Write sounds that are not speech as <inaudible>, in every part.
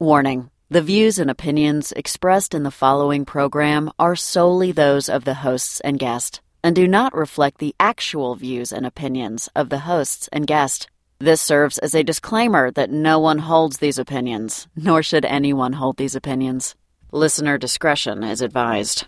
Warning The views and opinions expressed in the following program are solely those of the hosts and guest and do not reflect the actual views and opinions of the hosts and guest. This serves as a disclaimer that no one holds these opinions, nor should anyone hold these opinions. Listener discretion is advised.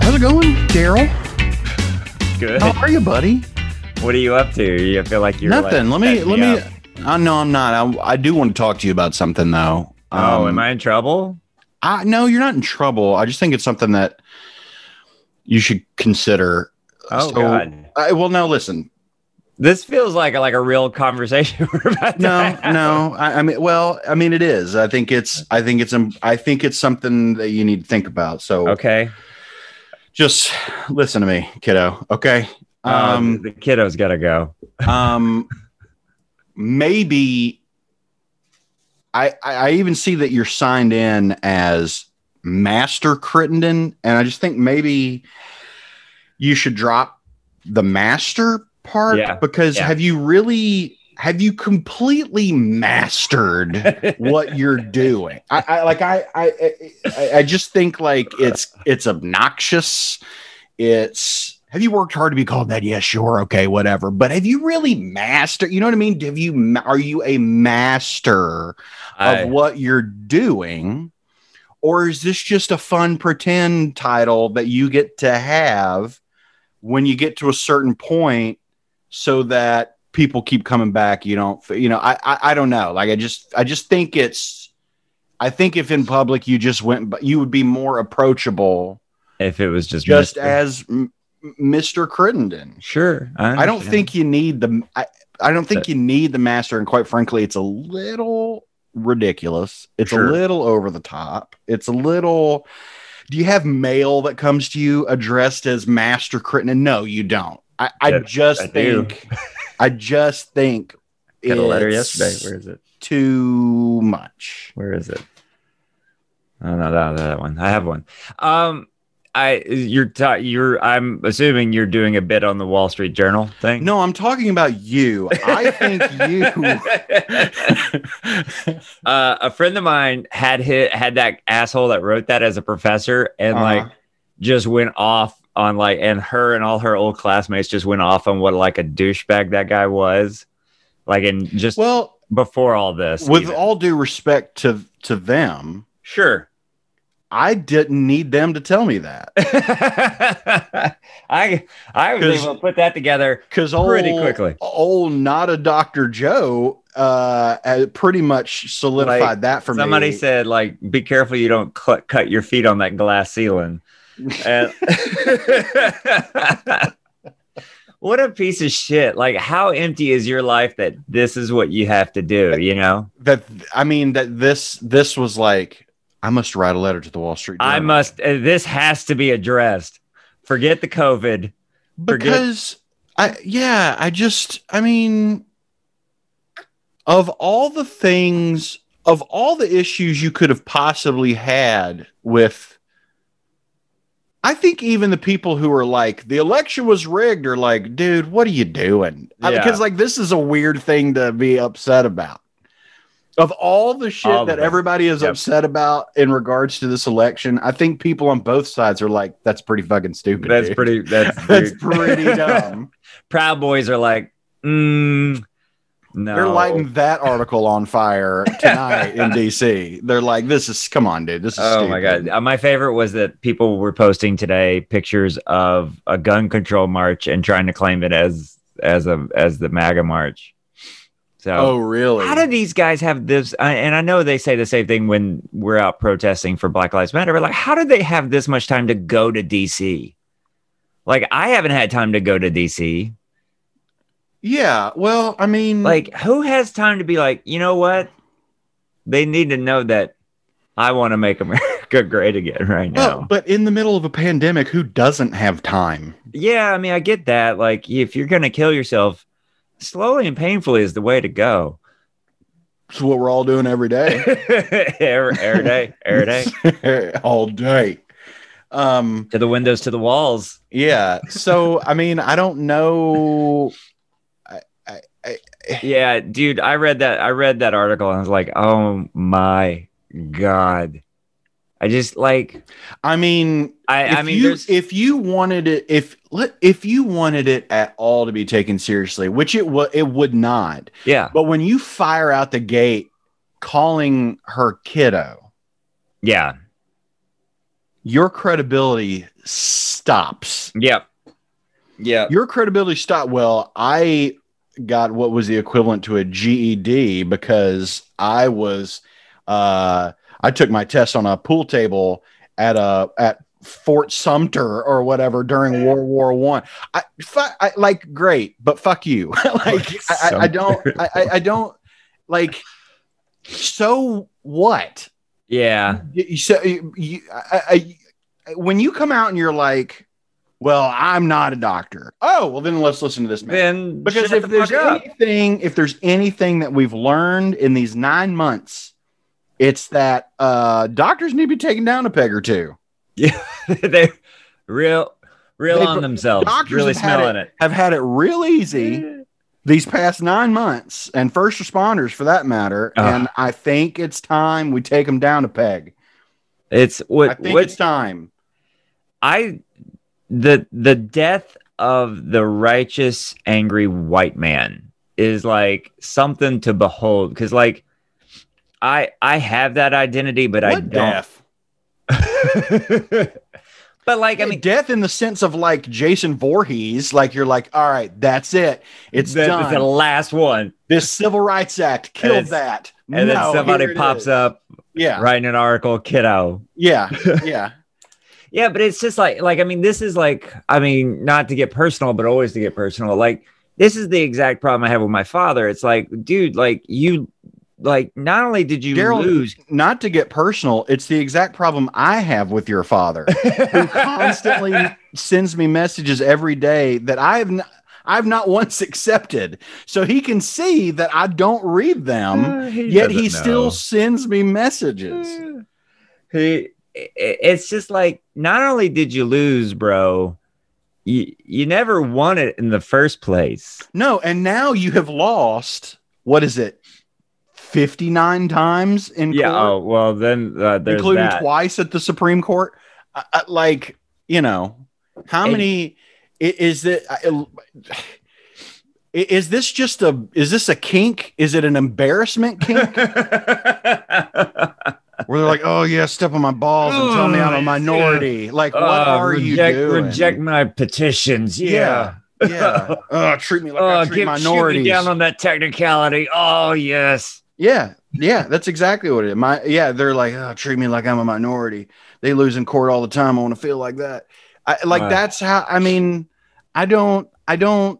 How's it going, Daryl? Good. How are you, buddy? What are you up to? You feel like you're Nothing. let Like, me. setting Let me. up. I know I'm not. I, I do want to talk to you about something though. Oh, Um, am I in trouble? I no, you're not in trouble. I just think it's something that you should consider. Oh so- God, I, well, no, listen. this feels like a, like a real conversation <laughs> we're about to No, have. no. I, I mean, well, I mean, it is. I think it's. I think it's. um, I think it's something that you need to think about. So Okay. just listen to me, kiddo. Okay. <laughs> Um, the kiddo's gotta go. um maybe I, I i even see that you're signed in as master crittenden and i just think maybe you should drop the master part Yeah, because yeah. have you really have you completely mastered <laughs> what you're doing i, I like I, I I- i i just think like it's it's obnoxious it's have you worked hard to be called that? Yeah, sure, okay, whatever. But have you really mastered? You know what I mean? Have you? ma- Are you a master I- of what you're doing, or is this just a fun pretend title that you get to have when you get to a certain point, so that people keep coming back? You don't. f- You know, I I, I don't know. Like I just I just think it's. I think if in public you just went, but you would be more approachable if it was just just Mr. as m- Mr. Crittenden. sure. I don't understand. think you need the I, I don't think you need the master and quite frankly it's a little ridiculous. It's Sure. a little over the top. It's a little Do you have mail that comes to you addressed as Master Crittenden? No, you don't. I, I Yeah, just I do. think I just think <laughs> got a letter it's yesterday. Where is it? too much. Where is it? Oh no, that, that one. I have one. Um, I you're ta- you're. I'm assuming you're doing a bit on the Wall Street Journal thing. No, I'm talking about you. I think <laughs> you <laughs> uh, a friend of mine had hit had that asshole that wrote that as a professor and Uh-huh. like just went off on like and her and all her old classmates just went off on what like a douchebag that guy was like and just Well, before all this with even. all due respect to to them <laughs> sure <laughs> i didn't need them to tell me that i i was 'Cause- able to put that together because old, Pretty quickly. old not a dr joe uh uh, pretty much solidified Like, that for somebody me said like be careful you don't cl- cut your feet on that glass ceiling And- <laughs> what a piece of shit like how empty is your life that this is what you have to do you know that i mean that this this was like i must write a letter to the wall street i Journal. must uh, this has to be addressed forget the covid forget- because i yeah i just i mean of all the things of all the issues you could have possibly had with i think even the people who are like the election was rigged are like dude what are you doing because Yeah. like this is a weird thing to be upset about of all the shit All of that it. everybody is Yep. upset about in regards to this election, I think people on both sides are like, "That's pretty fucking stupid." that's dude." <laughs> pretty that's, That's dude. <laughs> pretty dumb. proud boys are like mm, no They're lighting that article on fire tonight in DC. They're like, this is come on, dude. This is Oh my stupid. god! Uh, my favorite was that people were posting today pictures of a gun control march and trying to claim it as as a as the MAGA march. So Oh really? how do these guys have this? I, and I know they say the same thing when we're out protesting for Black Lives Matter, but like, how do they have this much time to go to DC? Like, I haven't had time to go to DC. yeah. Well, I mean, Like, who has time to be like, you know what? They need to know that I want to make America <laughs> great again right now. well, but in the middle of a pandemic, who doesn't have time? Yeah, I mean, I get that. Like, if you're gonna kill yourself, Slowly and painfully is the way to <laughs> go. It's what we're all doing every day. every, every day, <laughs> every day. <laughs> all day. Um, To the windows, to the walls. yeah. So, I mean, I don't know. Yeah, dude, I read that. I read that article and I was like, oh my god. I just like I mean, I. if I mean, you, there's if you wanted it, if let- if you wanted it at all to be taken seriously, which it would, it would not. yeah, But when you fire out the gate, calling her kiddo, yeah, your credibility stops. yep, yeah. Your credibility stopped. Well, I got what was the equivalent to a GED because I was, uh, I took my test on a pool table at a at Fort Sumter or whatever during World War One. I, fu- I like great, but fuck you. <laughs> like I, I, I don't, I, I I don't like. So what? Yeah. Y- you- so you, you, I, I, when you come out and you're like, "Well, I'm not a doctor." Oh, well, then let's listen to this man. Then because shut if the there's fuck up. anything, if there's anything that we've learned in these nine months, it's that uh, doctors need to be taken down a peg or two. <laughs> they're real real They- on themselves. doctors Really have had smelling it. Have had it real easy these past nine months, and first responders for that matter. Ugh. And I think it's time we take them down a peg. It's I what think what it's time. I the the death of the righteous angry white man is like something to behold cuz like I I have that identity but I What death? don't <laughs> <laughs> But like I mean Eh, death in the sense of like Jason Voorhees, like you're like, all right, that's it. It's the, done. the last one this Civil Rights Act killed it's- that. and No, then somebody here it pops is. up Yeah, writing an article kiddo <laughs> yeah, yeah. Yeah, but it's just like like I mean, this is like I mean, not to get personal, but always to get personal. Like this is the exact problem I have with my father. It's like, dude, like you, like not only did you Daryl- lose, Not to get personal, it's the exact problem I have with your father, <laughs> <laughs> who constantly sends me messages every day that I have not, I've not once <laughs> accepted. So he can see that I don't read them, Uh, he yet he doesn't know. still sends me messages. Uh, He, i- i- it's just like not only did you lose, bro, you you never won it in the first place. No, and now you have lost. What is it? Fifty nine times in Yeah. court, Oh well, then uh, there's including that. twice at the Supreme Court. I, I- like you know, how And- many i- is it? I- i- Is this just a? Is this a kink? Is it an <laughs> embarrassment kink? <laughs> Where they're like, "Oh yeah, step on my balls and tell me I'm Oh, a minority." Like, what Uh, are reject- you doing? Reject my petitions. Yeah. yeah. yeah. <laughs> Oh, treat me like Oh, I give treat shoot me minorities. down on that technicality. Oh yes. Yeah, yeah, that's exactly what it is. My yeah, they're like, oh, treat me like I'm a minority. They lose in court all the time. I want to feel like that. I like Wow. that's how. I mean, I don't, I don't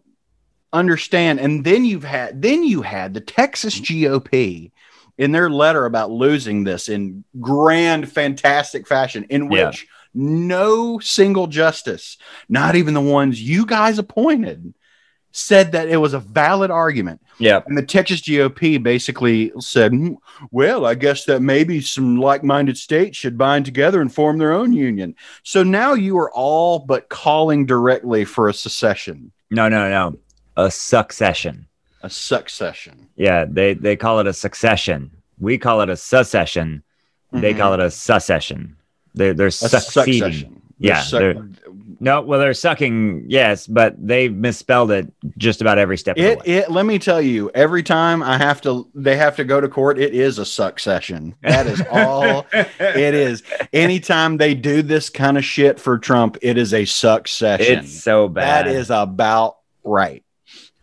understand. And then you've had, then you had the Texas GOP in their letter about losing this in grand, fantastic fashion, in Yeah. which no single justice, not even the ones you guys appointed, said that it was a valid argument. Yep. And the Texas GOP basically said, "Hmm, well, I guess that maybe some like minded states should bind together and form their own union. So now you are all but calling directly for a secession, No, no, no. A succession. a succession. Yeah, they they call it a succession. We call it a secession. They Mhm. call it a succession. They're they're a succeeding. succession. Yeah, They're suck- No, well, they're sucking. Yes, but they misspelled it just about every step. of it, the way. it, let me tell you, every time I have to, they have to go to court, it is a succession. That is all <laughs> it is. Anytime they do this kind of shit for Trump, it is a succession. It's so bad. That is about right.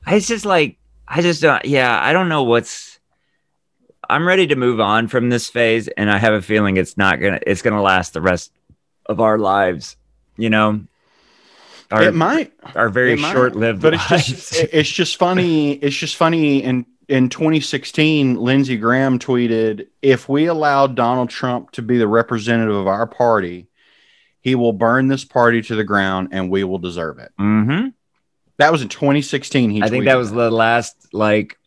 it's just like I just don't. Yeah, I don't know what's. I'm ready to move on from this phase, and I have a feeling it's not gonna. It's gonna last the rest of our lives. You know, our it might, our very it might, short lived. but it's just <laughs> <laughs> it- it's just funny. It's just funny. In in 2016, Lindsey Graham tweeted, "If we allow Donald Trump to be the representative of our party, he will burn this party to the ground, and we will deserve it." hmm That was in 2016. He I think tweeted that was the last like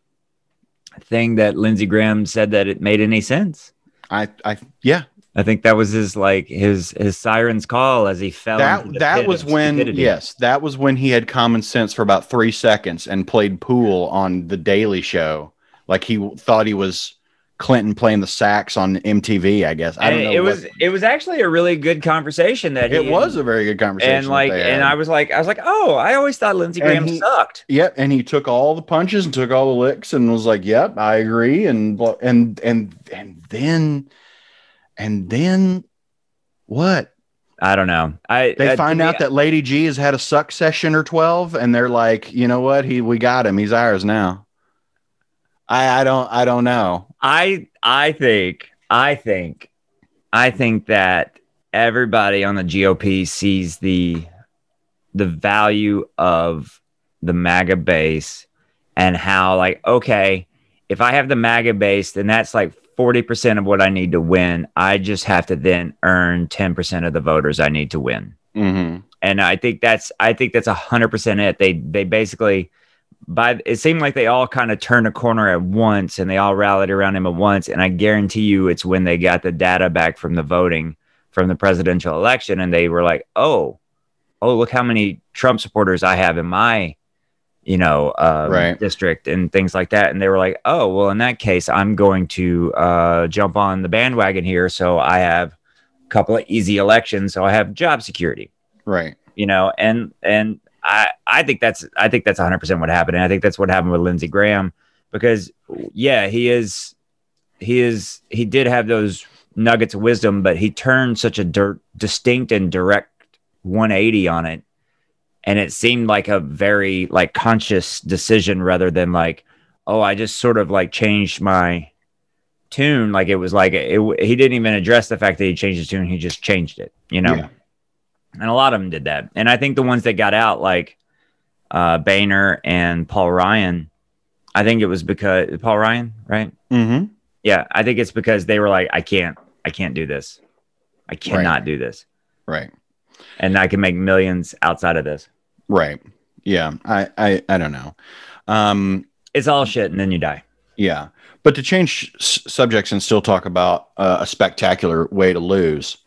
thing that Lindsey Graham said that it made any sense. I, I, yeah, I think that was his like his his siren's call as he fell. into that the that pit was of when stupidity. yes that was when he had common sense for about three seconds and played pool on the daily show like he w- thought he was clinton playing the sax on mtv i guess i And don't know it what- was it was actually a really good conversation that it he- was a very good conversation and that like they had. and I was like I was like oh I always thought Lindsey And Graham he- sucked. yep and he took all the punches and took all the licks and was like yep i agree and bl- and and and then and then what I don't know. I they uh, find to me, out that lady g has had a suck session or 12 and they're like you know what he we got him he's ours now i i don't i don't know I I think I think I think that everybody on the GOP sees the the value of the MAGA base and how like okay, if I have the MAGA base, then that's like 40% of what I need to win. I just have to then earn 10% of the voters I need to win mm-hmm. and I think that's I think that's hundred percent it. They they basically by it seemed like they all kind of turned a corner at once and they all rallied around him at once. And I guarantee you, it's when they got the data back from the voting from the presidential election, and they were like, oh, oh, look how many Trump supporters I have in my you know um, Right. district and things like that and they were like oh well in that case i'm going to uh, jump on the bandwagon here so i have a couple of easy elections so i have job security right you know and and i i think that's i think that's 100% what happened and i think that's what happened with lindsey graham because yeah he is he is he did have those nuggets of wisdom but he turned such a dir- distinct and direct 180 on it and it seemed like a very like conscious decision rather than like oh i just sort of like changed my tune like it was like it, he didn't even address the fact that he changed his tune he just changed it you know Yeah. and a lot of them did that. And I think the ones that got out, like uh, Boehner and Paul Ryan, I think it was because Paul Ryan, right? mm-hmm. Yeah, I think it's because they were like, I can't, I can't do this, I cannot do this, right and I can make millions outside of this. right yeah i i i don't know um It's all shit, and then you die. Yeah. But to change s- subjects and still talk about uh, a spectacular way to lose,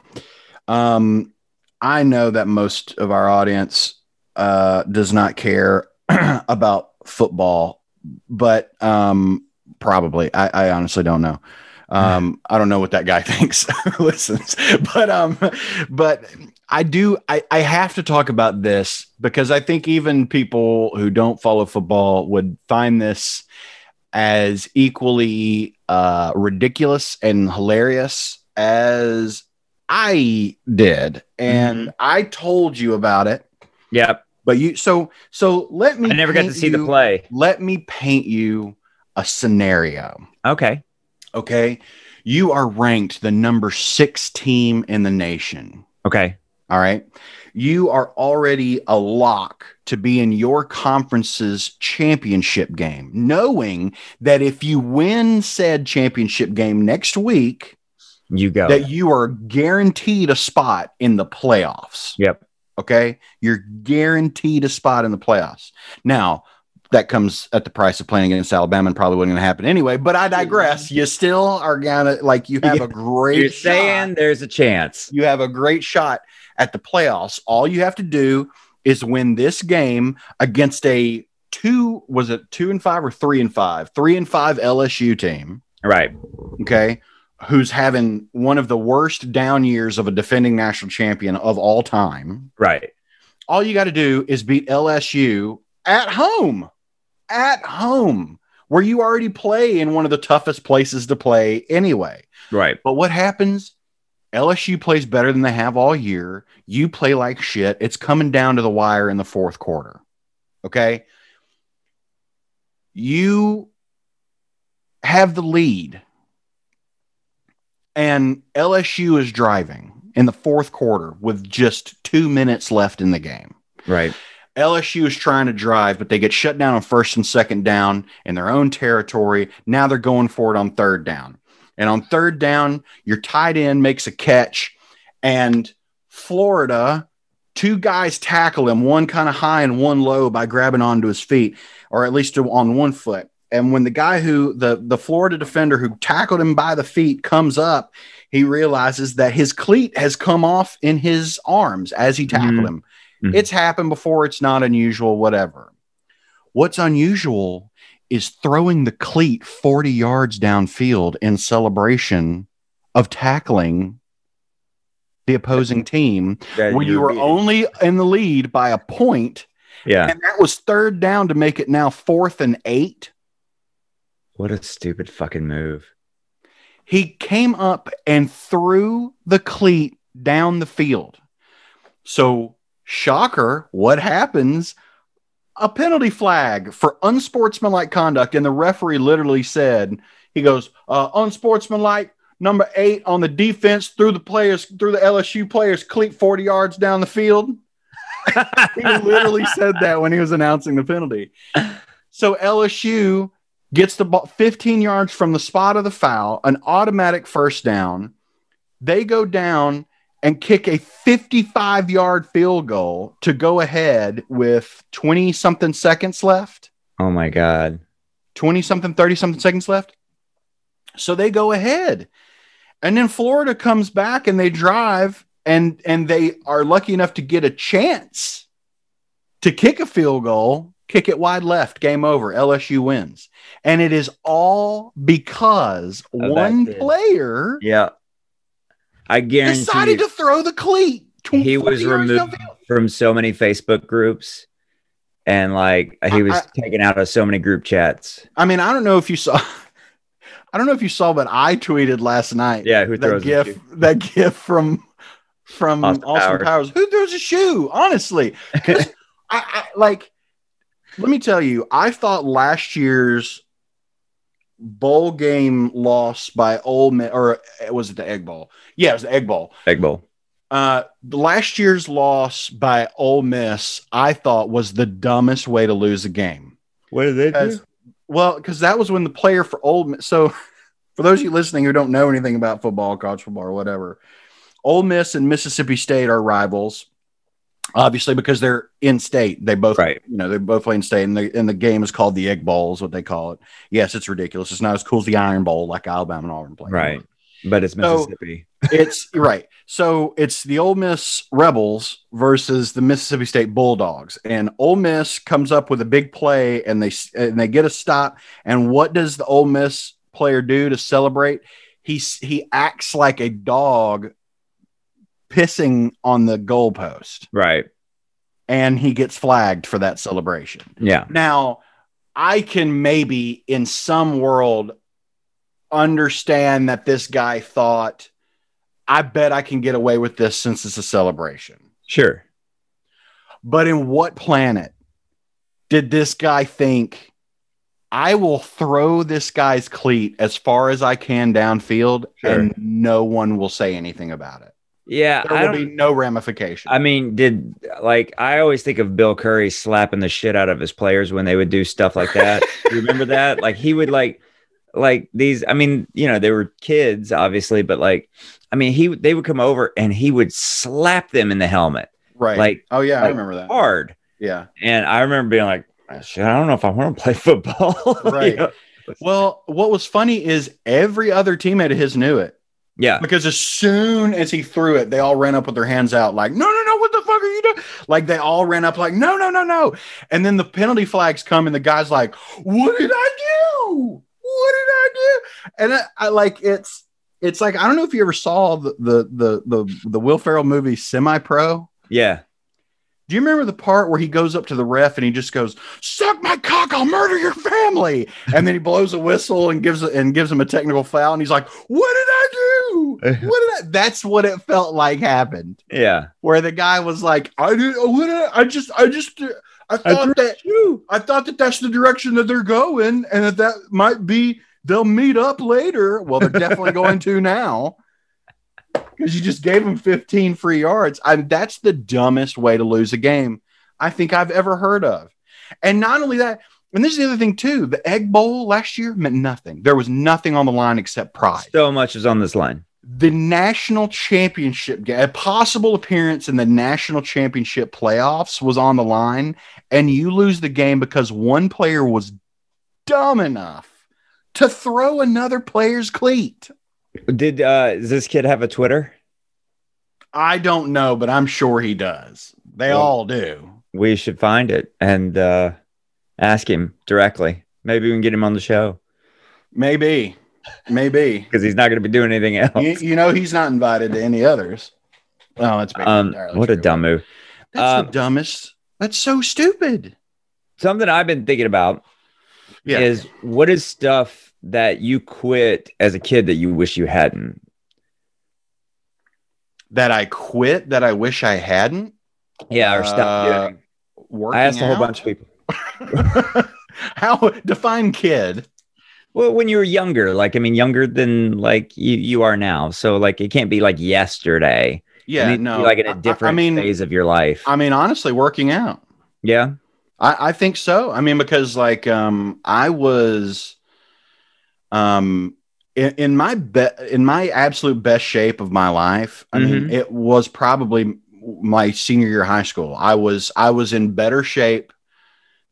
um, I know that most of our audience uh, does not care <clears throat> about football, but um, probably. I, I honestly don't know. Um, I don't know what that guy <laughs> thinks, listens, but um, but I do. I, I have to talk about this because I think even people who don't follow football would find this as equally uh, ridiculous and hilarious as I did, and I told you about it. Yep, But you, so so let me. I never got to paint see the you- play. Let me paint you a scenario. Okay, Okay, you are ranked the number six team in the nation. okay, All right. You are already a lock to be in your conference's championship game, knowing that if you win said championship game next week, you go. that you are guaranteed a spot in the playoffs. Yep. Okay. You're guaranteed a spot in the playoffs. Now, that comes at the price of playing against Alabama and probably wasn't going to happen anyway, but I digress. You still are going to, like, you <laughs> have a great You're shot saying there's a chance. you have a great shot at the playoffs. All you have to do is win this game against a two, was it two and five or three and five? Three and five LSU team, Right. okay, who's having one of the worst down years of a defending national champion of all time. Right. All you got to do is beat LSU at home, at home, where you already play in one of the toughest places to play anyway. Right. But what happens? LSU plays better than they have all year. You play like shit. It's coming down to the wire in the fourth quarter. Okay. You have the lead, and LSU is driving in the fourth quarter with just two minutes left in the game. Right. LSU is trying to drive, but they get shut down on first and second down in their own territory. Now they're going for it on third down. And on third down, your tight end makes a catch, and Florida Two guys tackle him, one kind of high and one low by grabbing onto his feet, or at least on one foot. And when the guy who the the Florida defender who tackled him by the feet comes up, he realizes that his cleat has come off in his arms as he tackled Mhm. him. Mhm. It's happened before, it's not unusual, whatever. What's unusual is throwing the cleat 40 yards downfield in celebration of tackling the opposing team That when you were beating. only in the lead by a point, Yeah. and that was third down to make it now fourth and eight. What a stupid <laughs> fucking move. he came up and threw the cleat down the field. So, shocker, what happens? A penalty flag for unsportsmanlike conduct. And the referee literally said, he goes, uh, unsportsmanlike, number eight on the defense, threw the players, threw the LSU players' cleat 40 yards down the field. He literally said that when he was announcing the penalty. So LSU gets the ball 15 yards from the spot of the foul, an automatic first down. They go down and kick a 55 yard field goal to go ahead with 20 something seconds left, oh my God. 20 something, 30 something seconds left. So they go ahead. And then Florida comes back and they drive and and they are lucky enough to get a chance to kick a field goal, kick it wide left, game over. LSU wins. And it is all because that one kid. player Yeah. I guarantee decided to throw the cleat. tw- He was 40 yards removed downfield. from so many Facebook groups and like he was I- taken out of so many group chats. I mean, I don't know if you saw <laughs> I don't know if you saw, but I tweeted last night Yeah, who that throws the gif shoe? that gif from from Austin, Austin Powers. Who throws a shoe? <laughs> Honestly, 'Cause I, I like. Let me tell you, I thought last year's bowl game loss by Ole Miss, or uh, was it the Egg Bowl? Yeah, it was the Egg Bowl. Egg Bowl. Uh, last year's loss by Ole Miss, I thought was the dumbest way to lose a game. What did they Because, well, because that was when the player for Old Miss. So, for those of you listening who don't know anything about football, college football, or whatever, Ole Miss and Mississippi State are rivals, obviously because they're in state. They both, Right. you know, they both play in state, and, they, and the game is called the Egg Bowl, is what they call it. Yes, it's ridiculous. It's not as cool as the Iron Bowl like Alabama and Auburn play. Right. But it's So- Mississippi. It's right. So it's the Ole Miss Rebels versus the Mississippi State Bulldogs, and Ole Miss comes up with a big play, and they and they get a stop. And what does the Ole Miss player do to celebrate? He s- he acts like a dog pissing on the goalpost, right. and he gets flagged for that celebration. Yeah. Now, I can maybe in some world understand that this guy thought, I bet I can get away with this since it's a celebration. Sure. But in what planet did this guy think, I will throw this guy's cleat as far as I can downfield Sure. and no one will say anything about it? Yeah. There I will don't, be no ramification. I mean, did like I always think of Bill Curry slapping the shit out of his players when they would do stuff like that. you remember that? Like he would like like these I mean, you know, they were kids obviously, but like I mean, he they would come over and he would slap them in the helmet right. like- oh, yeah, I like remember that. hard. Yeah. And I remember being like, shit, I don't know if I want to play <laughs> football. You Right. know? Well, what was funny is every other teammate of his knew it. Yeah. Because as soon as he threw it, they all ran up with their hands out, like, no, no, no, what the fuck are you doing? Like, they all ran up, like, no, no, no, no. And then the penalty flags come, and the guy's like, what did I do? What did I do? And I, I like, it's, it's like, I don't know if you ever saw the, the, the, the, the Will Ferrell movie Semi Pro. Yeah. Do you remember the part where he goes up to the ref and he just goes, "Suck my cock, I'll murder your family," and then he blows a whistle and gives and gives him a technical foul, and he's like, "What did I do? What did I?" That's what it felt like happened, Yeah. where the guy was like, "I did, what did I, I just, I just, uh, I thought that, I thought that that's the direction that they're going, and that that might be they'll meet up later. Well, they're definitely going to now." Because you just gave them 15 free yards. I that's the dumbest way to lose a game I think I've ever heard of. And not only that, and this is the other thing too. The Egg Bowl last year meant nothing. There was nothing on the line except pride. So much is on this line. the national championship game, a possible appearance in the national championship playoffs was on the line, and you lose the game because one player was dumb enough to throw another player's cleat. Did uh, does this kid have a Twitter? I don't know, but I'm sure he does. They Well- all do. We should find it and uh, ask him directly. Maybe we can get him on the show Maybe. <laughs> Maybe. because he's not going to be doing anything else. you, you know he's not invited to any others. Oh, that's basically um, entirely what a true. dumb move. That's um, the dumbest. That's so stupid. Something I've been thinking about Yeah. is what is stuff that you quit as a kid that you wish you hadn't? that I quit that I wish I hadn't. Yeah, or stop Uh, doing. Working I asked a whole out? bunch of people. <laughs> <laughs> How define kid? Well, when you were younger, like I mean, younger than like you, you are now, so like it can't be like yesterday. It Yeah, needs to be, no. like in I- a I- different I, mean, phase of your life. I mean, honestly, working out. yeah, I, I think so. I mean, because like um, I was, um, in, in my be- in my absolute best shape of my life. I Mm-hmm. mean, it was probably my senior year of high school. I was I was in better shape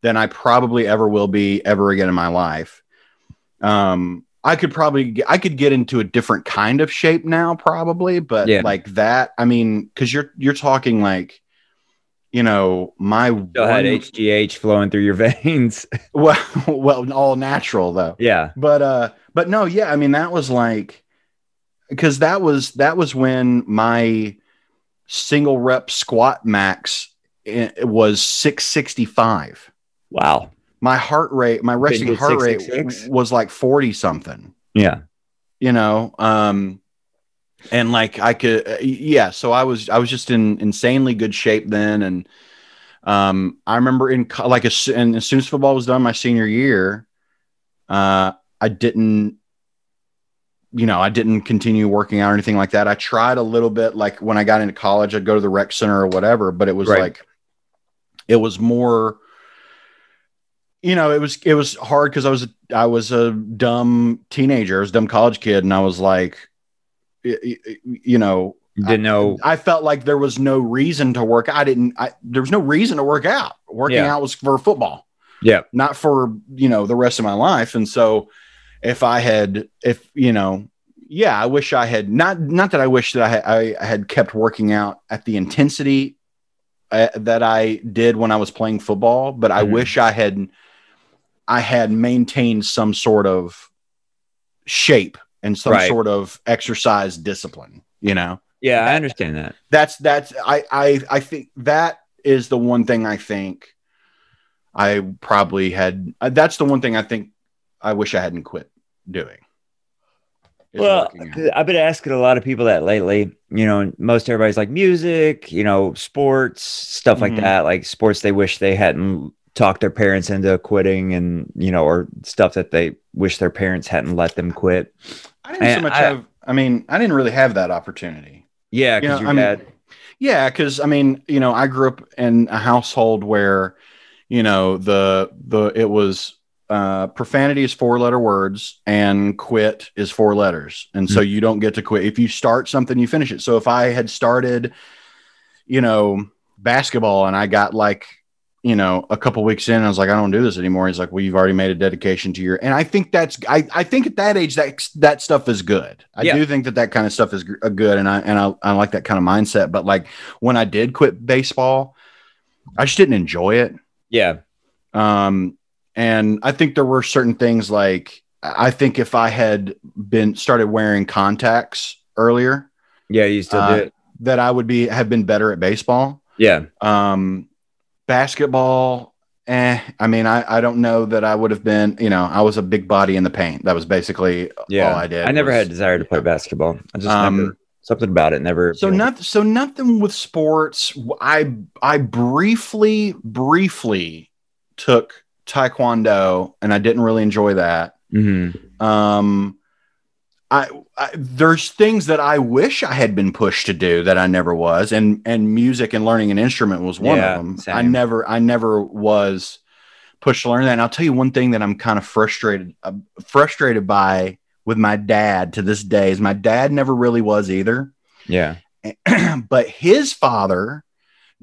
than I probably ever will be ever again in my life. Um, I could probably get, I could get into a different kind of shape now, probably, but Yeah. like that. I mean, because you're you're talking like. You know, my still had one- HGH flowing through your <laughs> veins. well <laughs> well all natural though yeah, but uh but no yeah i mean that was like because that was that was when my single rep squat max i- was 665 wow. my heart rate my resting did heart rate 666? was like 40 something Yeah, you know um and like i could uh, yeah so i was i was just in insanely good shape then and um i remember in co- like as, and as soon as football was done my senior year uh i didn't you know i didn't continue working out or anything like that i tried a little bit like when i got into college i'd go to the rec center or whatever but it was Right. like it was more you know it was it was hard because i was i was a dumb teenager i was a dumb college kid and i was like y- y- y- you know didn't know. i felt like there was no reason to work i didn't i there was no reason to work out working Yeah. out was for football Yeah. not for you know the rest of my life and so if i had if you know yeah i wish i had not not that i wish that i had, I had kept working out at the intensity uh, that i did when i was playing football but i Mhm. wish i had i had maintained some sort of shape and some Right. sort of exercise discipline you know Yeah, I understand that. that's that's I I I think that is the one thing I think I probably had. uh, That's the one thing I think I wish I hadn't quit doing. is Well, working out. I've been asking a lot of people that lately. You know, and most everybody's like music, you know, sports, stuff like Mhm. that, like sports they wish they hadn't talked their parents into quitting and, you know, or stuff that they wish their parents hadn't let them quit. I didn't so I- much I- have. I mean, I didn't really have that opportunity. Yeah, You know, because your I mean, dad, Yeah, because I mean, you know, I grew up in a household where, you know, the the it was uh, profanity is four letter words and quit is four letters, and Mm-hmm. so you don't get to quit if you start something, you finish it. So if I had started, you know, basketball and I got like. You know, a couple weeks in, I was like, I don't do this anymore. He's like, Well, you've already made a dedication to your, and I think that's, I, I think at that age, that that stuff is good. I Yeah. do think that that kind of stuff is gr- uh, good, and I and I, I like that kind of mindset. But like, when I did quit baseball, I just didn't enjoy it. yeah, Um, and I think there were certain things like I I think if I had been started wearing contacts earlier, yeah, you still Uh, do it. that I would be have been better at baseball. Yeah, Um, basketball, eh? I mean, I I don't know that I would have been. You know, I was a big body in the paint. That was basically yeah. all oh, I did. I never was- had a desire to play basketball. I just Um, never, something about it never. So appealed. nothing. So nothing with sports. I I briefly briefly took taekwondo, and I didn't really enjoy that. Mhm. Um, I, I there's things that I wish I had been pushed to do that I never was, and and music and learning an instrument was one Yeah, of them. I same. never I never was pushed to learn that. And I'll tell you one thing that I'm kind of frustrated uh, frustrated by with my dad to this day is my dad never really was either. <clears throat> Yeah. but his father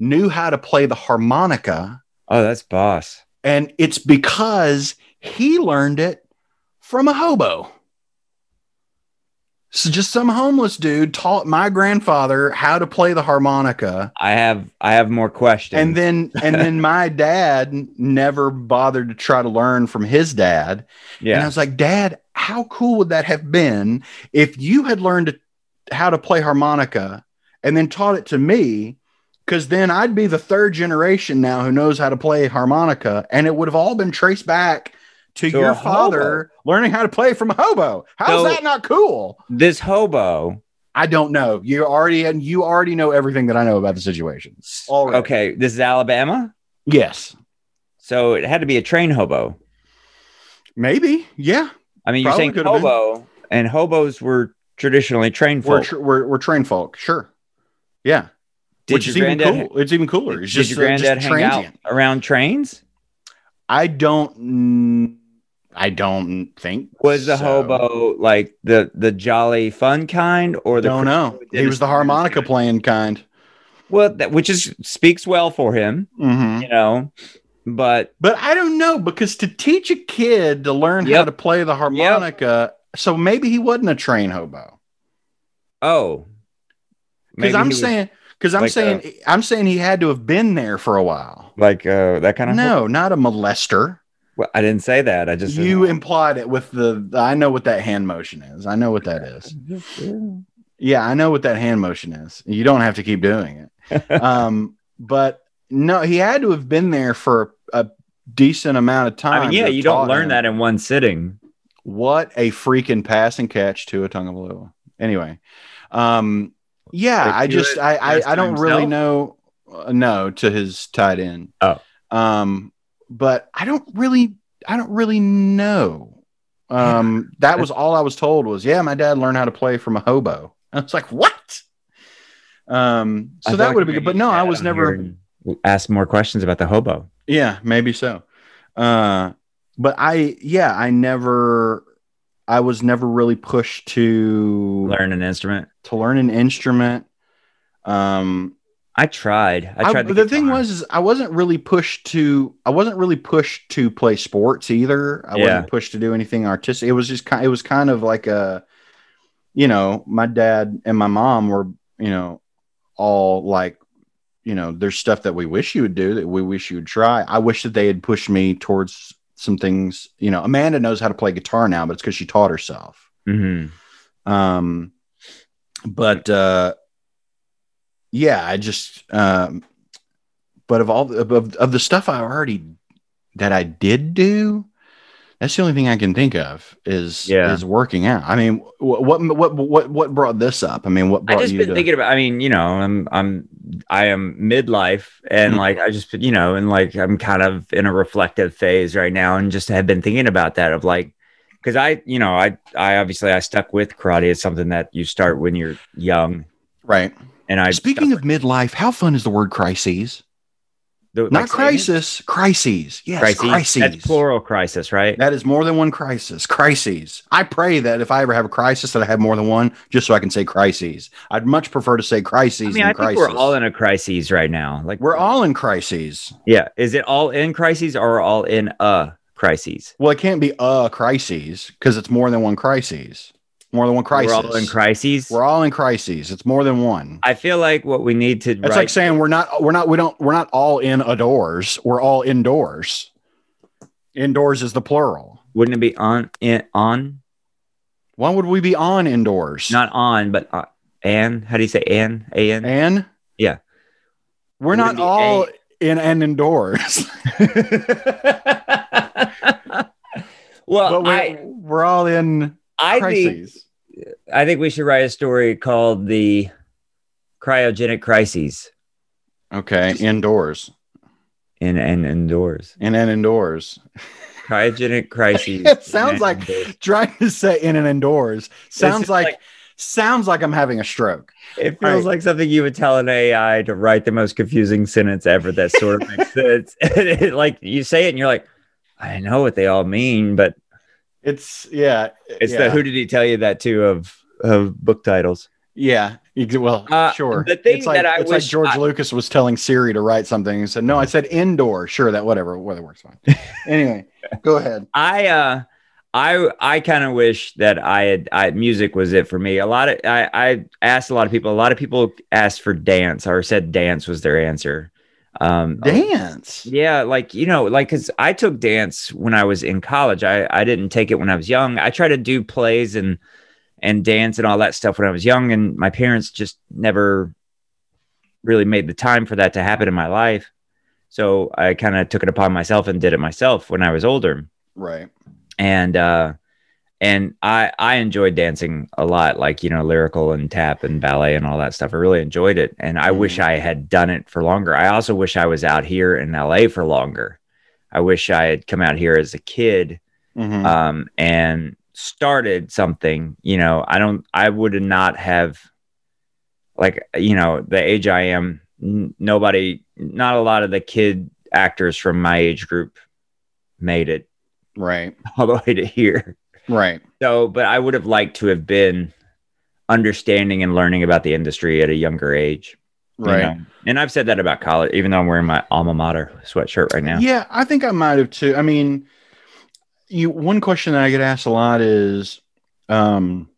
knew how to play the harmonica Oh, that's boss. and it's because he learned it from a hobo. So just some homeless dude taught my grandfather how to play the harmonica. I have I have more questions. And then and then my dad never bothered to try to learn from his dad. And I yeah. was like, Dad, how cool would that have been if you had learned to- how to play harmonica and then taught it to me? Because then I'd be the third generation now who knows how to play harmonica, and it would have all been traced back to, To a your hobo. father learning how to play from a hobo. How's So- that not cool? This hobo. I don't know. You already and you already know everything that I know about the situation. Already. Okay, this is Alabama. Yes. So it had to be a train hobo. Maybe. Yeah. I Probably mean, you're saying could've been. hobo, and hobos were traditionally train We're, folk. tr- we're we're train folk. Sure. Yeah. did Which your is even granddad, cool. It's even cooler. It's Did just your uh, just granddad hang transient. out around trains? I don't. mm, I don't think Was the so. hobo like the the jolly fun kind, or the Don't know. did He it- was the harmonica playing kind. well, that, which is speaks well for him, Mhm. you know. But But I don't know because to teach a kid to learn how Yep. to play the harmonica, so maybe he wasn't a train hobo. oh, Because maybe I'm he was saying, because I'm like saying, i I'm saying he had to have been there for a while. like uh, that kind of No, not a molester. Well, I didn't say that. I just You implied it with the. I know what that hand motion is. I know what that is. Yeah, I know what that hand motion is. You don't have to keep doing <laughs> it. um, but no, he had to have been there for a decent amount of time. I mean, yeah, to you taught don't learn him. that in one sitting. What a freaking pass and catch to a tongue of Lua. Anyway, um, yeah, Like, I do just it I I, first I don't to really himself? know. Uh, no, to his tight end. Oh. um, but I don't really I don't really know. Um, that was all I was told was yeah, my dad learned how to play from a hobo. <laughs> I was like, what? Um, so that would have been good, but no, I was never. asked more questions about the hobo. Yeah, maybe so. Uh, but I, yeah, I never, I was never really pushed to Learn an instrument. to learn an instrument. Um, I tried. I I- tried. the thing guitar. was, is I wasn't really pushed to, I wasn't really pushed to play sports either. I Yeah. wasn't pushed to do anything artistic. It was just kind, it was kind of like a, you know, my dad and my mom were, you know, all like, you know, there's stuff that we wish you would do that we wish you would try. I wish that they had pushed me towards some things. You know, Amanda knows how to play guitar now, but it's because she taught herself. Mhm. Um, but uh, yeah, I just um, but of all the, of, of the stuff I already that I did do, that's the only thing I can think of is Yeah. is working out. I mean, wh- what what what what brought this up? I mean, what I brought just you been to, thinking about. I mean, you know, I'm I'm I am midlife, and Mhm. like I just you know, and like I'm kind of in a reflective phase right now, and just have been thinking about that of like. Because I, you know, I, I obviously I stuck with karate. It's something that you start when you're young, right? and I Speaking of midlife, how fun is the word crises? of Not crisis, crises. Yes, crisis. crises. That's plural crisis, right? That is more than one crisis. Crises. I pray that if I ever have a crisis, that I have more than one, just so I can say crises. I'd much prefer to say crises I mean, than I think crisis. we're all in a crisis right now. Like We're all in crises. yeah. Is it all in crises or all in a crises? Well, it can't be a crises because it's more than one crises. More than one crisis. We're all in crises. We're all in crises. It's more than one. I feel like what we need to It's like write- saying we're not we're not we don't we're not all in adores. We're all indoors. Indoors is the plural. wouldn't it be on in, on Why would we be on indoors? not on but on, an? How do you say an? An? And <laughs> Yeah. We're We're not gonna be all in and indoors, <laughs> well, but we're, I we're all in I think crises. I think we should write a story called the cryogenic crises Okay, indoors in and indoors. in and indoors. Cryogenic <laughs> crises. It sounds in and like- indoors. Trying to say in and indoors sounds just like, like- sounds like I'm having a stroke. It All feels right. like something you would tell an AI to write the most confusing sentence ever that <laughs> sort <laughs> of makes sense. like you say it and you're like, I know what they all mean, but It's yeah. It's yeah. the who did he tell you that to of of book titles. Yeah. ex- Well, Uh, sure. the thing it's like, that I it's like wish George I- Lucas was telling Siri to write something. He said, "No, I said indoor." Sure, that whatever, whether works <laughs> fine. anyway, go ahead. I uh I I kind of wish that I had I music was it for me. A lot of I I asked a lot of people. A lot of people asked for dance or said dance was their answer. Um Dance. Yeah, like you know, like because I took dance when I was in college. I I didn't take it when I was young. I tried to do plays and and dance and all that stuff when I was young, and my parents just never really made the time for that to happen in my life. So I kind of took it upon myself and did it myself when I was older, Right. and uh, and I I enjoyed dancing a lot, like you know, lyrical and tap and ballet and all that stuff. I really enjoyed it, and I wish Mhm. I had done it for longer. I also wish I was out here in LA for longer. I wish I had come out here as a kid Mhm. um, and started something. You know, I don't. I would not have, like, you know, the age I am. N- nobody, not a lot of the kid actors from my age group made it <laughs> right. all the way to here. Right. So, but I would have liked to have been understanding and learning about the industry at a younger age. you Right. know? And I've said that about college, even though I'm wearing my alma mater sweatshirt right now. Yeah, I think I might have too. I mean, you one question that I get asked a lot is um